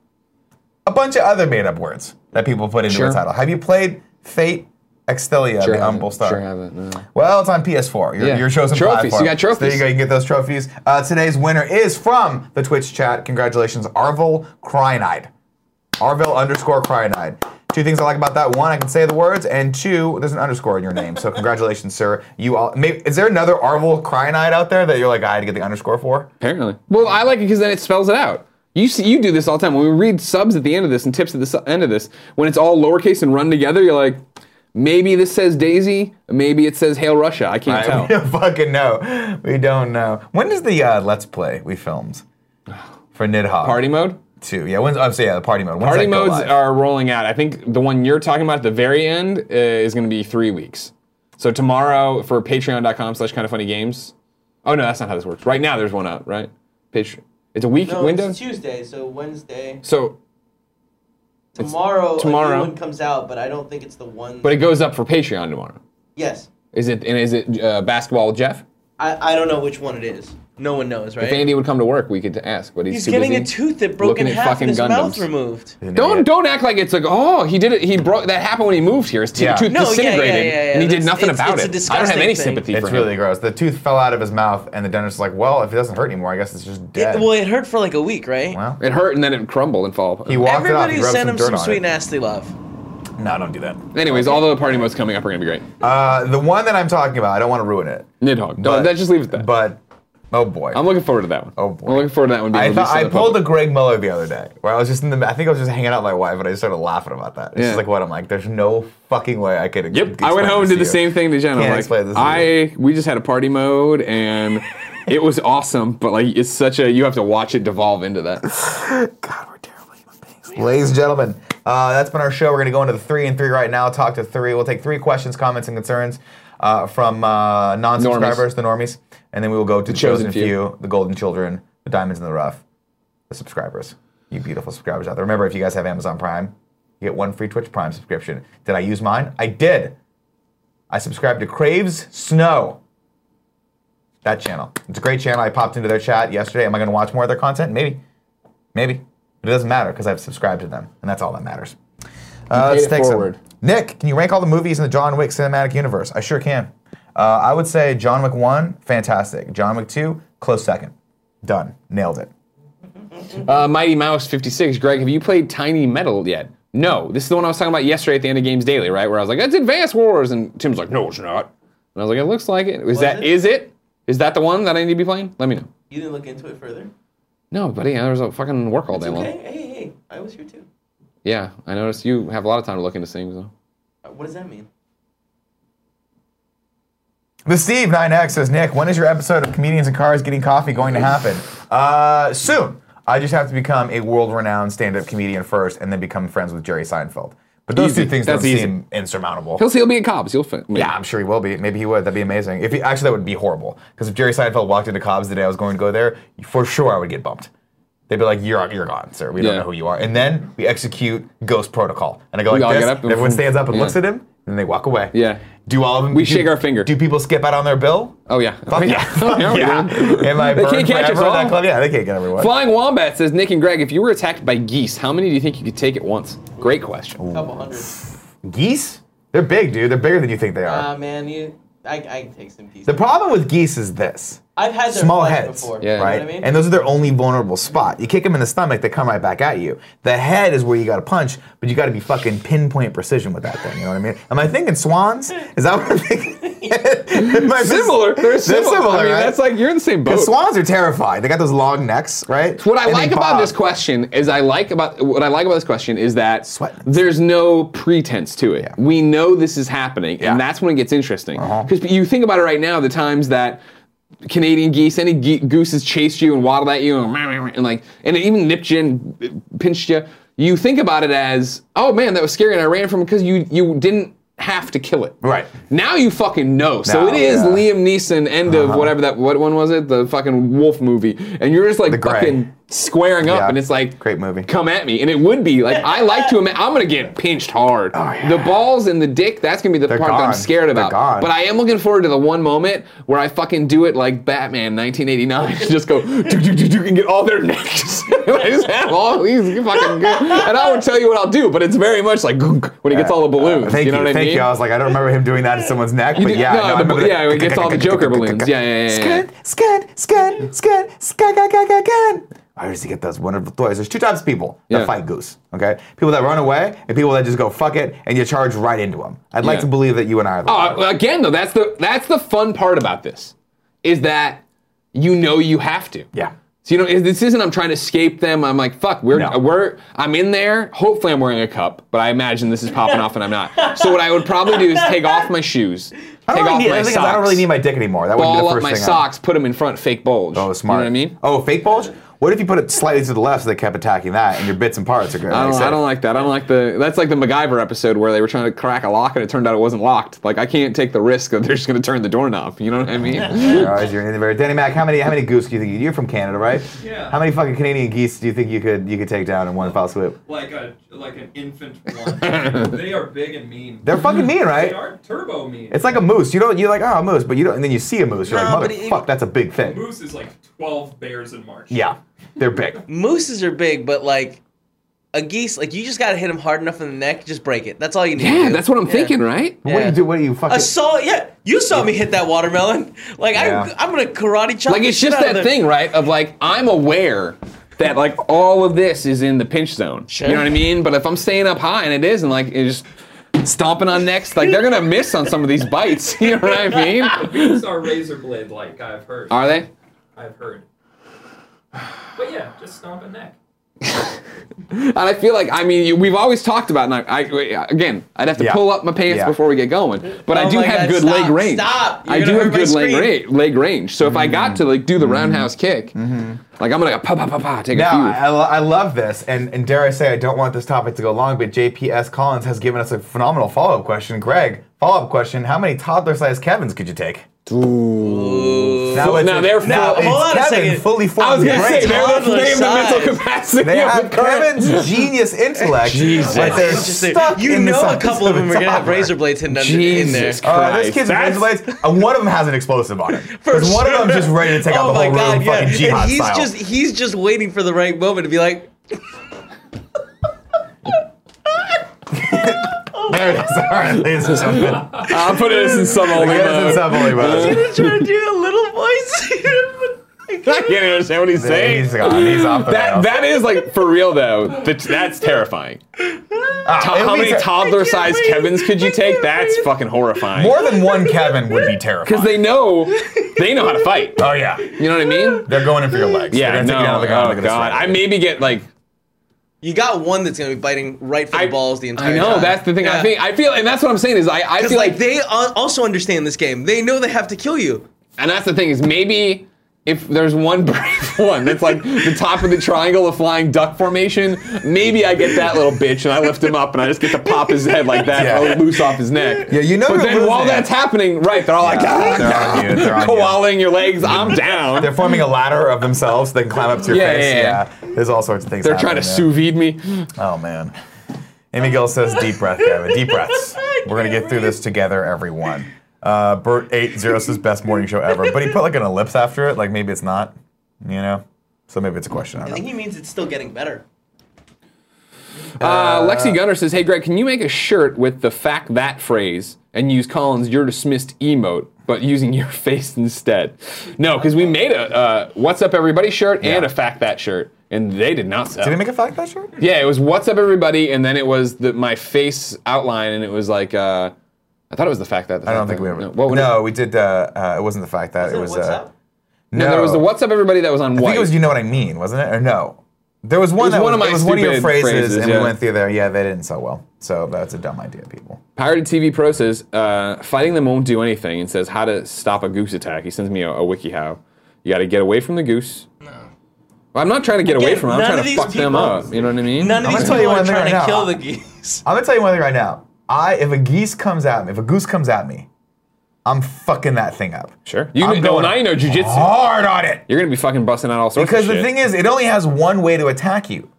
Speaker 1: a bunch of other made up words that people put into
Speaker 2: Sure.
Speaker 1: a title. Have you played Fate Extilia, the Umbral Star?
Speaker 2: Sure haven't. no.
Speaker 1: Well, it's on PS4. Your,
Speaker 2: Yeah.
Speaker 1: your chosen
Speaker 2: Trophies.
Speaker 1: platform.
Speaker 2: You got trophies.
Speaker 1: So there you go. You can get those trophies. Uh, today's winner is from the Twitch chat. Congratulations, Arvel Kreinide. Arvel underscore Cryonide. Two things I like about that: one, I can say the words, and two, there's an underscore in your name. So congratulations, sir. You all. Maybe, is there another Arvel Cryonide out there that you're like I had to get the underscore for?
Speaker 2: Apparently. Well, I like it because then it spells it out. You see, you do this all the time. When we read subs at the end of this and tips at the su- end of this, when it's all lowercase and run together, you're like, maybe this says Daisy, maybe it says Hail Russia. I can't
Speaker 1: I, we
Speaker 2: tell.
Speaker 1: don't fucking know. We don't know. When is the uh, Let's Play we filmed for Nidhogg?
Speaker 2: Party mode.
Speaker 1: two. Yeah. When's? Oh, so yeah, the party mode. When's
Speaker 2: Party
Speaker 1: that go
Speaker 2: modes
Speaker 1: live?
Speaker 2: are rolling out. I think the one you're talking about at the very end uh, is going to be three weeks. So tomorrow for patreon.com slash kind of funny games. Oh, no, that's not how this works. Right now there's one up, right? Patreon. It's a week
Speaker 3: No,
Speaker 2: window?
Speaker 3: it's Tuesday, so Wednesday.
Speaker 2: so,
Speaker 3: Tomorrow, a
Speaker 2: tomorrow.
Speaker 3: new one comes out, but I don't think it's the one.
Speaker 2: but it goes up for Patreon tomorrow.
Speaker 3: yes,
Speaker 2: Is it, and is it uh, basketball with Jeff?
Speaker 3: I, I don't know which one it is. No one knows, right?
Speaker 2: If Andy would come to work, we could ask, but he's,
Speaker 3: He's
Speaker 2: too
Speaker 3: getting
Speaker 2: busy.
Speaker 3: a tooth that broke in
Speaker 2: Looking at
Speaker 3: half
Speaker 2: fucking
Speaker 3: and his mouth
Speaker 2: Gundams.
Speaker 3: removed.
Speaker 2: Don't don't act like it's like oh he did it he broke that happened when he moved here his t-
Speaker 1: Yeah.
Speaker 2: tooth
Speaker 3: No, yeah, yeah,
Speaker 2: disintegrated
Speaker 3: yeah, yeah.
Speaker 2: and he did
Speaker 3: That's-
Speaker 2: nothing
Speaker 3: it's-
Speaker 2: about it
Speaker 3: it's a
Speaker 2: I don't have
Speaker 3: disgusting
Speaker 2: any
Speaker 3: thing.
Speaker 2: sympathy
Speaker 1: It's
Speaker 2: for
Speaker 1: really
Speaker 2: him
Speaker 1: gross. The tooth fell out of his mouth, and the dentist was like, "Well, if it doesn't hurt anymore, I guess it's just
Speaker 3: It,
Speaker 1: dead."
Speaker 3: well, it hurt for like a week, right?
Speaker 1: Well,
Speaker 2: it hurt and then it crumbled and fall
Speaker 1: he walked it off. He
Speaker 3: Everybody
Speaker 1: rubbed
Speaker 3: sent
Speaker 1: some
Speaker 3: him
Speaker 1: dirt
Speaker 3: some
Speaker 1: on
Speaker 3: sweet
Speaker 1: it.
Speaker 3: nasty love.
Speaker 1: No, don't do that.
Speaker 2: anyways all the party modes coming up are gonna be great
Speaker 1: Uh, the one that I'm talking about, I don't want to ruin it.
Speaker 2: Nidhogg
Speaker 1: But-
Speaker 2: don't that just leave it at that
Speaker 1: But oh boy,
Speaker 2: I'm looking forward to that one.
Speaker 1: Oh, boy.
Speaker 2: I'm looking forward to that one being
Speaker 1: I
Speaker 2: released
Speaker 1: thought I
Speaker 2: to the
Speaker 1: pulled a
Speaker 2: public.
Speaker 1: Greg Muller the other day, where I was just in the. I think I was just hanging out with my wife, and I just started laughing about that. It's
Speaker 2: Yeah.
Speaker 1: just like what I'm like. There's no fucking way I could.
Speaker 2: Yep, I went home and did the same thing to Jen.
Speaker 1: Can't
Speaker 2: I'm like,
Speaker 1: explain this to
Speaker 2: I we just had a party mode and it was awesome, but like it's such a you have to watch it devolve into that.
Speaker 1: God, we're terrible human beings. Ladies and gentlemen, uh, that's been our show. We're going to go into the three and three right now. Talk to three. We'll take three questions, comments, and concerns uh, from uh, non-subscribers, the normies, and then we will go to the chosen,
Speaker 2: chosen
Speaker 1: few.
Speaker 2: few.
Speaker 1: the golden children, the diamonds in the rough, the subscribers. You beautiful subscribers out there. Remember, if you guys have Amazon Prime, you get one free Twitch Prime subscription. Did I use mine? I did. I subscribed to Craves Snow. That channel. It's a great channel. I popped into their chat yesterday. Am I going to watch more of their content? Maybe. Maybe. But it doesn't matter because I've subscribed to them, and that's all that matters. Uh,
Speaker 2: paid
Speaker 1: let's
Speaker 2: it
Speaker 1: take some-
Speaker 2: forward.
Speaker 1: Nick, can you rank all the movies in the John Wick cinematic universe? I sure can. Uh, I would say John Wick 1, fantastic. John Wick 2, close second. Done. Nailed it.
Speaker 2: Uh, Mighty Mouse 56. Greg, have you played Tiny Metal yet? No. This is the one I was talking about yesterday at the end of Games Daily, right? Where I was like, that's Advance Wars. And Tim's like, no, it's not. And I was like, it looks like it. Is that
Speaker 3: it?
Speaker 2: is it? Is that the one that I need to be playing? Let me know.
Speaker 3: You didn't look into it further.
Speaker 2: No, buddy, I was at fucking work all day
Speaker 3: Okay,
Speaker 2: long.
Speaker 3: hey, hey, I was here too.
Speaker 2: Yeah, I noticed you have a lot of time to look into things, though.
Speaker 3: Uh, What does that mean?
Speaker 1: The Steve 9X says, Nick, when is your episode of Comedians and Cars Getting Coffee going to happen? Uh, soon. I just have to become a world renowned stand up comedian first and then become friends with Jerry Seinfeld. But those
Speaker 2: Easy.
Speaker 1: two things
Speaker 2: That's
Speaker 1: don't
Speaker 2: easy.
Speaker 1: seem insurmountable.
Speaker 2: He'll, he'll be at Cobb's. You'll fit.
Speaker 1: yeah, I'm sure he will be. Maybe he would. That'd be amazing. If he, actually, that would be horrible. Because if Jerry Seinfeld walked into Cobb's the day I was going to go there, for sure I would get bumped. They'd be like, "You're you're gone, sir. We don't
Speaker 2: Yeah.
Speaker 1: know who you are." And then we execute Ghost Protocol, and I go like
Speaker 2: all
Speaker 1: this.
Speaker 2: get up
Speaker 1: and
Speaker 2: and-
Speaker 1: everyone stands up and
Speaker 2: yeah.
Speaker 1: looks at him, and they walk away.
Speaker 2: Yeah.
Speaker 1: Do all of them?
Speaker 2: We
Speaker 1: do-
Speaker 2: shake our finger.
Speaker 1: Do people skip out on their bill?
Speaker 2: Oh, yeah.
Speaker 1: Fuck
Speaker 2: Oh,
Speaker 1: yeah.
Speaker 2: yeah.
Speaker 1: Fuck
Speaker 2: Yeah, we
Speaker 1: yeah.
Speaker 2: do.
Speaker 1: Am I
Speaker 2: They
Speaker 1: burned
Speaker 2: can't catch us
Speaker 1: forever in that
Speaker 2: all.
Speaker 1: club? Yeah, they can't get everyone.
Speaker 2: Flying Wombat says, Nick and Greg, if you were attacked by geese, how many do you think you could take at once? Great question.
Speaker 3: couple hundred.
Speaker 1: Geese? They're big, dude. They're bigger than you think they are.
Speaker 2: Uh,
Speaker 3: Ah, man, you. I, I can take some pieces.
Speaker 1: the problem with geese is this.
Speaker 3: I've had their
Speaker 1: small
Speaker 3: flesh
Speaker 1: heads,
Speaker 3: before.
Speaker 2: Yeah.
Speaker 3: You know
Speaker 1: right?
Speaker 3: what I mean?
Speaker 1: And those are their only vulnerable spot. You kick them in the stomach, they come right back at you. The head is where you got to punch, but you got to be fucking pinpoint precision with that thing. You know what I mean? Am I thinking swans? Is that what I'm thinking? Am I mis-
Speaker 2: Similar. They're similar. I mean,
Speaker 1: right?
Speaker 2: that's like, you're in the same boat.
Speaker 1: 'Cause swans are terrified. They got those long necks, right?
Speaker 2: What I
Speaker 1: And they
Speaker 2: like about
Speaker 1: bob.
Speaker 2: this question is I like about what I like about this question is that
Speaker 1: Sweat.
Speaker 2: there's no pretense to it.
Speaker 1: Yeah. Uh-huh.
Speaker 2: We know this is happening, and that's when it gets interesting. Because you think about it right now, the times that Canadian geese, any ge- goose has chased you and waddled at you, and, and like, and it even nipped you and uh, pinched you. You think about it as, oh man, that was scary, and I ran from it because you you didn't have to kill it.
Speaker 1: Right.
Speaker 2: now, you fucking know. So
Speaker 1: Now,
Speaker 2: it is
Speaker 1: yeah.
Speaker 2: Liam Neeson, end of
Speaker 1: Uh-huh.
Speaker 2: whatever that what one was it, the fucking wolf movie, and you're just like
Speaker 1: The Grey.
Speaker 2: fucking squaring up
Speaker 1: Yeah.
Speaker 2: and it's like
Speaker 1: Great movie.
Speaker 2: come at me and it would be like i like to imagine i'm gonna get pinched hard the balls and the dick that's gonna be the part that
Speaker 1: gone.
Speaker 2: i'm scared
Speaker 1: Oh, They're
Speaker 2: about
Speaker 1: gone.
Speaker 2: but i am looking forward to the one moment where i fucking do it like batman 1989 just go do do do do and get all their necks I just have all these fucking good and i won't tell you what i'll do but it's very much like goonk when he gets all the balloons
Speaker 1: Thank
Speaker 2: you know what i
Speaker 1: Thank
Speaker 2: mean
Speaker 1: you. I was like, I don't remember him doing that to somene's neck, but
Speaker 2: do-
Speaker 1: yeah,
Speaker 2: no,
Speaker 1: no, I
Speaker 2: the-
Speaker 1: remember that.
Speaker 2: yeah, it gets all the Joker balloons. Yeah, yeah, yeah, yeah.
Speaker 1: Skin, skin, skin, skin, skin, skin, skin, skin. I used to get those wonderful toys. There's two types of people that
Speaker 2: Yeah.
Speaker 1: fight Goose. Okay, people that run away and people that just go fuck it and you charge right into them. I'd like
Speaker 2: Yeah.
Speaker 1: to believe that you and I are. The
Speaker 2: Uh, well, again, though, that's the that's the fun part about this, is that you know you have to.
Speaker 1: Yeah.
Speaker 2: So you know it- this isn't I'm trying to escape them. I'm like fuck. We're
Speaker 1: No.
Speaker 2: we're I'm in there. Hopefully I'm wearing a cup, but I imagine this is popping off and I'm not. So what I would probably do is take off my shoes, take
Speaker 1: I don't, really
Speaker 2: off
Speaker 1: need,
Speaker 2: my
Speaker 1: the thing
Speaker 2: socks,
Speaker 1: is, I don't really need my dick anymore. That would be the
Speaker 2: ball up
Speaker 1: first
Speaker 2: my
Speaker 1: thing. I-
Speaker 2: socks, put them in front, fake bulge.
Speaker 1: Oh, smart.
Speaker 2: You know what I mean?
Speaker 1: Oh, fake bulge. What if you put it slightly to the left so they kept attacking that and your bits and parts are good?
Speaker 2: I
Speaker 1: like
Speaker 2: don't,
Speaker 1: said.
Speaker 2: I don't like that. I don't like the. That's like the MacGyver episode where they were trying to crack a lock and it turned out it wasn't locked. Like I can't take the risk that they're just going to turn the doorknob. You know what I mean?
Speaker 1: All right, you're in the very- Danny Mac, how many how many goose do you think you, you're from Canada, right?
Speaker 5: Yeah.
Speaker 1: How many fucking Canadian geese do you think you could you could take down in one fell swoop?
Speaker 5: Like a like an infant one. they are big and mean.
Speaker 1: They're fucking mean, right?
Speaker 5: They are turbo mean.
Speaker 1: It's like a moose. You don't you're like oh a moose, but you don't and then you see a moose, you're
Speaker 3: No,
Speaker 1: like
Speaker 3: but it-
Speaker 1: motherfuck, that's a big thing.
Speaker 5: Moose is like 12 bears in March.
Speaker 1: Yeah, they're big.
Speaker 3: Mooses are big, but like a geese, like you just gotta hit them hard enough in the neck, just break it. That's all you need. to
Speaker 2: yeah,
Speaker 3: do.
Speaker 2: that's what I'm thinking, right?
Speaker 1: What do
Speaker 3: Yeah.
Speaker 1: you do? What do you fucking?
Speaker 3: A saw, yeah. You saw me hit that watermelon. Like
Speaker 1: Yeah.
Speaker 3: I, I'm gonna karate chop.
Speaker 2: Like
Speaker 3: the
Speaker 2: it's
Speaker 3: shit
Speaker 2: just
Speaker 3: out of
Speaker 2: that
Speaker 3: the-
Speaker 2: thing, right? Of like I'm aware that like all of this is in the pinch zone.
Speaker 3: Sure.
Speaker 2: You know what I mean? But if I'm staying up high and it is, and like it's just stomping on next, like they're gonna miss on some of these bites. You know what I mean?
Speaker 5: These are razor blade like, I've heard.
Speaker 2: Are they?
Speaker 5: I've heard. But yeah, just stomp a neck.
Speaker 2: And I feel like I mean you, we've always talked about. And I, I again, I'd have to
Speaker 1: Yeah.
Speaker 2: pull up my pants
Speaker 1: Yeah.
Speaker 2: before we get going. But I
Speaker 3: Oh
Speaker 2: do
Speaker 3: my
Speaker 2: have
Speaker 3: God,
Speaker 2: good
Speaker 3: stop,
Speaker 2: leg range.
Speaker 3: stop. You're
Speaker 2: I do
Speaker 3: gonna
Speaker 2: have
Speaker 3: hurt my
Speaker 2: good leg,
Speaker 3: screen. Mm-hmm.
Speaker 2: ra- leg range. So if I got to like do the roundhouse kick, like I'm gonna pa pa pa pa take
Speaker 1: Now,
Speaker 2: a few.
Speaker 1: I, I lo- I love this, and, and dare I say, I don't want this topic to go long, but JPS Collins has given us a phenomenal follow up question. Greg, follow up question How many toddler sized Kevins could you take? Now, it's
Speaker 2: Now they're
Speaker 1: now
Speaker 2: full-
Speaker 1: it's
Speaker 3: hold on a
Speaker 1: Kevin,
Speaker 3: second.
Speaker 1: fully formed.
Speaker 2: I was gonna
Speaker 1: brain.
Speaker 2: say they're the,
Speaker 3: toddler
Speaker 2: they have the mental
Speaker 3: size.
Speaker 2: capacity
Speaker 1: They
Speaker 2: of
Speaker 1: have
Speaker 2: the current.
Speaker 1: Kevin's genius intellect,
Speaker 2: Jesus.
Speaker 1: but they're
Speaker 3: It's just that-
Speaker 1: stuck
Speaker 3: you
Speaker 1: in the
Speaker 3: know a
Speaker 1: size
Speaker 3: couple of
Speaker 1: a
Speaker 3: them are gonna have
Speaker 1: toddler.
Speaker 3: razor blades hidden under, in there.
Speaker 2: Jesus
Speaker 1: Uh, this
Speaker 2: Christ.
Speaker 1: kid's razor blades, and one of them has an explosive on it.
Speaker 3: For
Speaker 1: Because one of
Speaker 3: sure.
Speaker 1: them's just ready to take out
Speaker 3: oh
Speaker 1: the
Speaker 3: my
Speaker 1: whole
Speaker 3: God,
Speaker 1: room,
Speaker 3: yeah.
Speaker 1: fucking jihad
Speaker 3: and he's
Speaker 1: style.
Speaker 3: just he's just waiting for the right moment to be like,
Speaker 1: there it is. All right, ladies and gentlemen.
Speaker 2: I'll put this in some old
Speaker 1: Get us in
Speaker 2: mode.
Speaker 1: subway mode.
Speaker 3: I'm trying to do a little voice.
Speaker 2: I can't understand what he's saying.
Speaker 1: He's gone. He's off the
Speaker 2: that
Speaker 1: rails.
Speaker 2: that is like for real though. That- that's terrifying.
Speaker 1: Ah,
Speaker 2: To-
Speaker 1: it
Speaker 2: how
Speaker 1: would be
Speaker 2: many
Speaker 1: ter-
Speaker 2: toddler-sized
Speaker 3: breathe.
Speaker 2: Kevin's could you
Speaker 3: I
Speaker 2: take?
Speaker 3: can't
Speaker 2: That's
Speaker 3: breathe.
Speaker 2: fucking horrifying.
Speaker 1: More than one Kevin would be
Speaker 2: Because
Speaker 1: terrifying.
Speaker 2: they know they know how to fight.
Speaker 1: oh yeah,
Speaker 2: You know what I mean?
Speaker 1: they're going in for your legs.
Speaker 2: Yeah,
Speaker 1: they're
Speaker 2: no.
Speaker 1: gonna take you out of the ground,
Speaker 2: oh
Speaker 1: they're gonna
Speaker 2: god,
Speaker 1: strangle
Speaker 2: I
Speaker 1: you.
Speaker 2: maybe get like
Speaker 3: You got one that's gonna be biting right for
Speaker 2: I,
Speaker 3: the balls the entire
Speaker 2: I
Speaker 3: time.
Speaker 2: know that's the thing. I
Speaker 3: Yeah.
Speaker 2: think I feel, and that's what I'm saying is I, I
Speaker 3: It's
Speaker 2: feel
Speaker 3: like,
Speaker 2: like
Speaker 3: they uh, also understand this game. They know they have to kill you.
Speaker 2: And that's the thing is maybe if there's one brave one that's like the top of the triangle of flying duck formation, maybe I get that little bitch and I lift him up and I just get to pop his head like that
Speaker 1: Yeah.
Speaker 2: and loose off his neck.
Speaker 1: Yeah, you know
Speaker 2: But
Speaker 1: you're
Speaker 2: then while
Speaker 1: losing.
Speaker 2: that's happening, right, they're all like, ah,
Speaker 1: They're on you, they're on you.
Speaker 2: koalaing your legs, I'm down.
Speaker 1: They're
Speaker 2: They're,
Speaker 1: forming a ladder of themselves. They can climb up to your
Speaker 2: Yeah,
Speaker 1: face.
Speaker 2: yeah, yeah.
Speaker 1: there's all sorts of things.
Speaker 2: trying to
Speaker 1: happening
Speaker 2: sous vide me.
Speaker 1: there. Oh man. Amy Gill says, "Deep breath, Kevin. Deep breaths. We're gonna get through this together, everyone." Uh, Bert eight zero says, "Best morning show ever," but he put like an ellipse after it. Like maybe it's not. You know. So maybe it's a question. I
Speaker 3: I
Speaker 1: don't
Speaker 3: think
Speaker 1: know.
Speaker 3: he means it's still getting better.
Speaker 2: Uh, Lexi Gunner says, "Hey Greg, can you make a shirt with the fact that phrase and use Collins' 'you're dismissed' emote, but using your face instead?" No, because we made a uh, "What's up, everybody" shirt and
Speaker 1: Yeah.
Speaker 2: a fact that shirt, and they did not sell.
Speaker 1: Did he make a fact that shirt?
Speaker 2: yeah, it was "What's up, everybody," and then it was the, my face outline, and it was like uh, I thought it was the fact that.
Speaker 1: I don't think we ever.
Speaker 2: No, what, was
Speaker 1: no, we did. Uh, uh, it wasn't the fact that it was.
Speaker 3: What's
Speaker 1: uh,
Speaker 3: up?
Speaker 2: it? no, there was the "What's up, everybody" that was on
Speaker 1: I
Speaker 2: white.
Speaker 1: think it was you know what I mean, wasn't it? Or no. There was one
Speaker 2: was
Speaker 1: that
Speaker 2: one
Speaker 1: was,
Speaker 2: of my
Speaker 1: it was one of your
Speaker 2: stupid
Speaker 1: phrases,
Speaker 2: phrases,
Speaker 1: and
Speaker 2: yeah.
Speaker 1: we went through there. Yeah, they didn't sell well. So that's a dumb idea, people.
Speaker 2: Pirated TV Pro says, uh, fighting them won't do anything and says how to stop a goose attack. He sends me a, a wiki how. You got to get away from the goose. No. Well, I'm not trying to get away
Speaker 3: Again,
Speaker 2: from them. I'm
Speaker 3: none
Speaker 2: trying
Speaker 3: of
Speaker 2: to
Speaker 3: these
Speaker 2: fuck them
Speaker 3: people-
Speaker 2: up. You know what I mean?
Speaker 3: None of
Speaker 1: gonna
Speaker 3: these
Speaker 1: tell you
Speaker 3: people are
Speaker 1: one thing
Speaker 3: trying
Speaker 1: right
Speaker 3: to
Speaker 1: now.
Speaker 3: kill the geese.
Speaker 1: I'm gonna tell you one thing right now. I if a geese comes at me, if a goose comes at me, I'm fucking that thing up.
Speaker 2: Sure. You
Speaker 1: I'm
Speaker 2: know,
Speaker 1: going
Speaker 2: now you know jujitsu.
Speaker 1: Hard on it.
Speaker 2: You're going to be fucking busting out all sorts
Speaker 1: Because
Speaker 2: of shit.
Speaker 1: the thing is, it only has one way to attack you.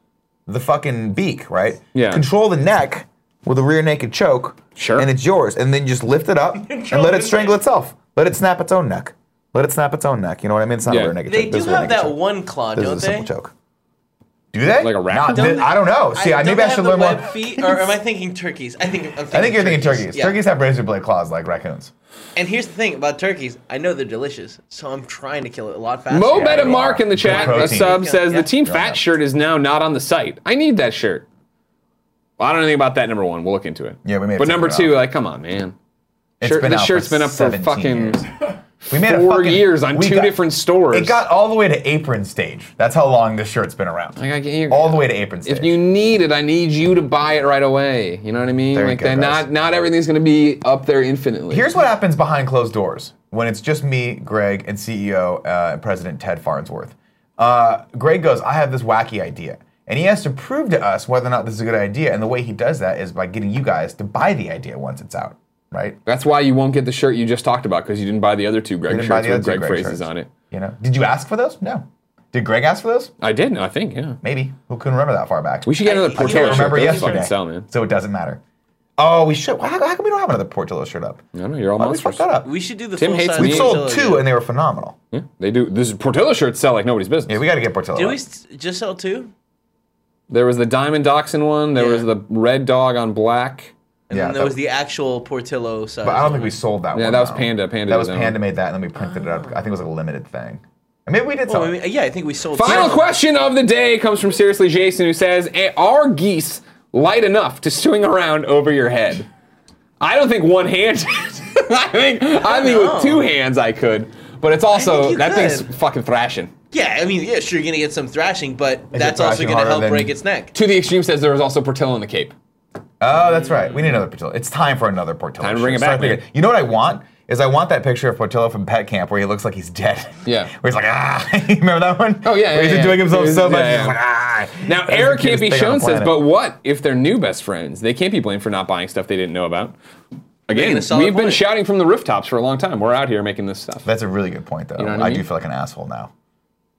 Speaker 1: The fucking beak, right?
Speaker 2: Yeah.
Speaker 1: Control the neck with a rear naked choke.
Speaker 2: Sure.
Speaker 1: And it's yours. And then just lift it up and let it strangle itself. Let it snap its own neck. Let it snap its own neck. You know what I mean? It's not
Speaker 2: Yeah.
Speaker 1: a rear naked
Speaker 3: They
Speaker 1: choke.
Speaker 3: do
Speaker 1: This is a rear
Speaker 3: have
Speaker 1: naked
Speaker 3: that
Speaker 1: choke.
Speaker 3: one claw,
Speaker 1: This
Speaker 3: don't
Speaker 1: is a simple
Speaker 3: they?
Speaker 1: choke. Do they?
Speaker 2: Like a rack?
Speaker 1: Not thi- I don't know. See, I,
Speaker 3: don't
Speaker 1: maybe
Speaker 3: they
Speaker 1: I
Speaker 3: have
Speaker 1: should
Speaker 3: the
Speaker 1: learn more.
Speaker 3: web Feet, or am I thinking turkeys? I think I'm thinking
Speaker 1: I think you're thinking turkeys.
Speaker 3: Yeah.
Speaker 1: Turkeys have razor blade claws like raccoons.
Speaker 3: And here's the thing about turkeys. I know they're delicious, so I'm trying to kill it a lot faster.
Speaker 2: Mo
Speaker 1: Yeah,
Speaker 2: Betta
Speaker 1: you
Speaker 2: Mark
Speaker 1: are.
Speaker 2: in the chat,
Speaker 1: Good
Speaker 2: a
Speaker 1: protein.
Speaker 2: sub
Speaker 3: Yeah,
Speaker 2: says
Speaker 3: yeah.
Speaker 2: the Team
Speaker 1: You're
Speaker 2: Fat
Speaker 1: up.
Speaker 2: shirt is now not on the site. I need that shirt. Well, I don't know anything about that. Number one, we'll look into it.
Speaker 1: Yeah, we may have
Speaker 2: But
Speaker 1: taken
Speaker 2: number
Speaker 1: it
Speaker 2: two,
Speaker 1: off.
Speaker 2: like, come on, man.
Speaker 1: It's
Speaker 2: Shirt,
Speaker 1: been
Speaker 2: this
Speaker 1: out
Speaker 2: shirt's been up for
Speaker 1: 17
Speaker 2: fucking
Speaker 1: years. We made a
Speaker 2: four
Speaker 1: fucking-
Speaker 2: years on
Speaker 1: we
Speaker 2: two
Speaker 1: got-
Speaker 2: different stores.
Speaker 1: It got all the way to apron stage. That's how long this shirt's been around.
Speaker 2: Like, I can't-
Speaker 1: all the way to apron stage.
Speaker 2: If you need it, I need you to buy it right away. You know what I mean?
Speaker 1: There you
Speaker 2: like
Speaker 1: go,
Speaker 2: that.
Speaker 1: guys.
Speaker 2: Not not everything's gonna be up there infinitely.
Speaker 1: Here's what happens behind closed doors when it's just me, Greg, and CEO uh, and President Ted Farnsworth. Uh, Greg goes, I have this wacky idea. And he has to prove to us whether or not this is a good idea. And the way he does that is by getting you guys to buy the idea once it's out, right?
Speaker 2: That's why you won't get the shirt you just talked about because you didn't buy the other two Greg
Speaker 1: didn't buy
Speaker 2: shirts
Speaker 1: the
Speaker 2: with
Speaker 1: other two
Speaker 2: Greg,
Speaker 1: Greg
Speaker 2: phrases
Speaker 1: shirts.
Speaker 2: on it.
Speaker 1: You know, did you ask for those? No. Did Greg ask for those?
Speaker 2: I did. No, I think. Yeah.
Speaker 1: Maybe. Who can remember that far back?
Speaker 2: We should get another
Speaker 3: I
Speaker 1: I
Speaker 2: Portillo
Speaker 1: can't
Speaker 2: shirt.
Speaker 1: remember
Speaker 2: Those fucking
Speaker 1: yesterday,
Speaker 2: Sell, man.
Speaker 1: so it doesn't matter. Oh, we should. How, how come we don't have another Portillo shirt up?
Speaker 2: I don't know. You're all
Speaker 1: Why we
Speaker 2: monsters.
Speaker 1: fucked that up?
Speaker 3: We should do the
Speaker 2: Tim
Speaker 3: full
Speaker 2: hates
Speaker 3: size.
Speaker 2: me.
Speaker 1: We
Speaker 2: We
Speaker 1: sold
Speaker 3: Portillo
Speaker 1: two,
Speaker 3: again.
Speaker 1: and they were phenomenal.
Speaker 2: Yeah, they do. This Portillo shirts sell like nobody's business.
Speaker 1: Yeah, we got to get Portillo.
Speaker 3: Did
Speaker 1: up.
Speaker 3: we s- just sell two?
Speaker 2: There was the Diamond Dachshund one. There
Speaker 3: Yeah.
Speaker 2: was the Red Dog on black.
Speaker 3: And
Speaker 1: Yeah,
Speaker 3: then there
Speaker 1: that-
Speaker 3: was the actual Portillo size.
Speaker 1: But I don't think we sold that one.
Speaker 2: Yeah, that was
Speaker 1: though.
Speaker 2: Panda. Panda
Speaker 1: That
Speaker 2: did
Speaker 1: was
Speaker 2: that one.
Speaker 1: Panda made that, and then we printed it up. I think it was like a limited thing. And maybe we did
Speaker 3: Oh. Well,
Speaker 1: sell.
Speaker 3: I
Speaker 1: it.
Speaker 3: mean, yeah, I think we sold.
Speaker 2: Final
Speaker 3: two.
Speaker 2: question of the day comes from Seriously Jason, who says, "Eh, "Are geese light enough to swing around over your head?" I don't think one hand. I think I think
Speaker 3: know.
Speaker 2: with two hands I could, but it's
Speaker 3: think
Speaker 2: also
Speaker 3: you
Speaker 2: that
Speaker 3: could.
Speaker 2: thing's fucking thrashing.
Speaker 3: Yeah, I mean, yeah, sure, you're gonna get some thrashing, but that's also
Speaker 1: thrashing
Speaker 3: gonna
Speaker 1: harder
Speaker 3: help
Speaker 1: than-
Speaker 3: break its neck.
Speaker 2: To the extreme says there was also Portillo in the Cape.
Speaker 1: oh, that's right. We need another Portillo. It's time for another Portillo.
Speaker 2: Time to bring
Speaker 1: shirt.
Speaker 2: it back,
Speaker 1: Start thinking-
Speaker 2: man.
Speaker 1: You know what I want? Is I want that picture of Portillo from Pet Camp where he looks like he's dead.
Speaker 2: Yeah.
Speaker 1: where he's like, ah. you remember that one?
Speaker 2: Oh, yeah,
Speaker 1: Where he's
Speaker 2: yeah, yeah.
Speaker 1: enjoying himself
Speaker 2: Yeah,
Speaker 1: so much.
Speaker 2: yeah.
Speaker 1: He's like, ah.
Speaker 2: Now,
Speaker 1: That was
Speaker 2: Eric
Speaker 1: the
Speaker 2: can't
Speaker 1: cutest
Speaker 2: be
Speaker 1: thing on
Speaker 2: shown
Speaker 1: the
Speaker 2: says,
Speaker 1: planet.
Speaker 2: but what if they're new best friends? They can't be blamed for not buying stuff they didn't know about. Again,
Speaker 3: Making a
Speaker 2: we've
Speaker 3: solid
Speaker 2: been
Speaker 3: point.
Speaker 2: shouting from the rooftops for a long time. We're out here making this stuff.
Speaker 1: That's a really good point, though.
Speaker 2: know what
Speaker 1: I,
Speaker 2: I
Speaker 1: do
Speaker 2: mean?
Speaker 1: feel like an asshole now.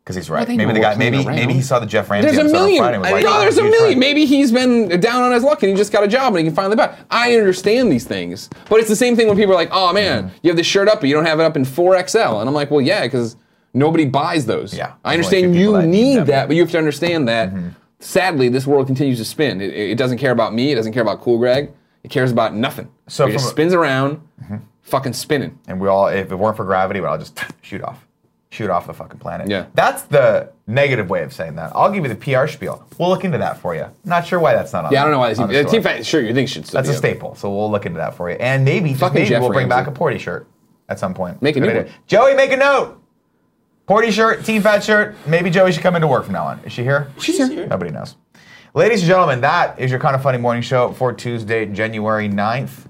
Speaker 1: Because he's right.
Speaker 2: think
Speaker 1: Maybe
Speaker 2: we're
Speaker 1: the guy.
Speaker 2: playing
Speaker 1: Maybe
Speaker 2: around.
Speaker 1: maybe he saw the Jeff Ramsey
Speaker 2: There's a
Speaker 1: episode on
Speaker 2: million.
Speaker 1: Friday and was like,
Speaker 2: no,
Speaker 1: "Ah,
Speaker 2: there's a
Speaker 1: huge
Speaker 2: million.
Speaker 1: friend."
Speaker 2: Maybe he's been down on his luck and he just got a job and he can finally buy. it. I understand these things, but it's the same thing when people are like, "Oh man,
Speaker 1: Mm-hmm.
Speaker 2: you have this shirt up, but you don't have it up in 4XL," and I'm like, "Well, yeah, because nobody buys those."
Speaker 1: Yeah,
Speaker 2: I
Speaker 1: there's only two
Speaker 2: understand
Speaker 1: people
Speaker 2: you
Speaker 1: that Mm-hmm. need
Speaker 2: need
Speaker 1: them.
Speaker 2: that, but you have to understand that. Sadly, this world continues to spin. It, it doesn't care about me. It doesn't care about Cool Greg. It cares about nothing.
Speaker 1: So
Speaker 2: So it just
Speaker 1: from a- Mm-hmm.
Speaker 2: spins around, fucking spinning.
Speaker 1: and we all if it weren't for gravity, we'd all just shoot off. Shoot off the fucking planet.
Speaker 2: Yeah.
Speaker 1: That's the negative way of saying that. I'll give you the PR spiel. We'll look into that for you. Not sure why that's not on
Speaker 2: Yeah, I don't know why.
Speaker 1: on the
Speaker 2: Team,
Speaker 1: store.
Speaker 2: team fat, sure, you think should still
Speaker 1: That's
Speaker 2: be
Speaker 1: a
Speaker 2: up.
Speaker 1: staple, so we'll look into that for you. And maybe, just
Speaker 2: Fucking
Speaker 1: maybe
Speaker 2: Jeff
Speaker 1: we'll bring
Speaker 2: Ramsey.
Speaker 1: back a Porty shirt at some point.
Speaker 2: Make a
Speaker 1: Good
Speaker 2: new
Speaker 1: idea.
Speaker 2: one.
Speaker 1: Joey, make a note. Porty shirt, Team Fat shirt. Maybe Joey should come into work from now on. Is she here?
Speaker 2: She's here.
Speaker 1: Nobody knows. Ladies and gentlemen, that is your kind of funny morning show for Tuesday, January 9th.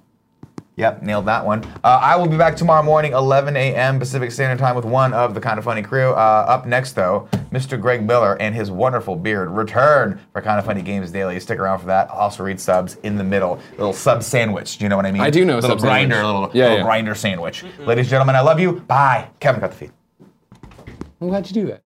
Speaker 1: Yep, nailed that one. Uh, I will be back tomorrow morning, 11 a.m. Pacific Standard Time, with one of the kind of funny crew. Uh, up next, though, Mr. Greg Miller and his wonderful beard return for kind of funny games daily. Stick around for that. I'll also read subs in the middle, little sub sandwich. Do you know what I mean?
Speaker 2: I do know a
Speaker 1: little
Speaker 2: sub sandwich.
Speaker 1: grinder, little,
Speaker 2: Yeah,
Speaker 1: little
Speaker 2: yeah.
Speaker 1: grinder sandwich. Ladies and gentlemen, I love you. Bye. Kevin, cut the feed.
Speaker 2: I'm glad you do that.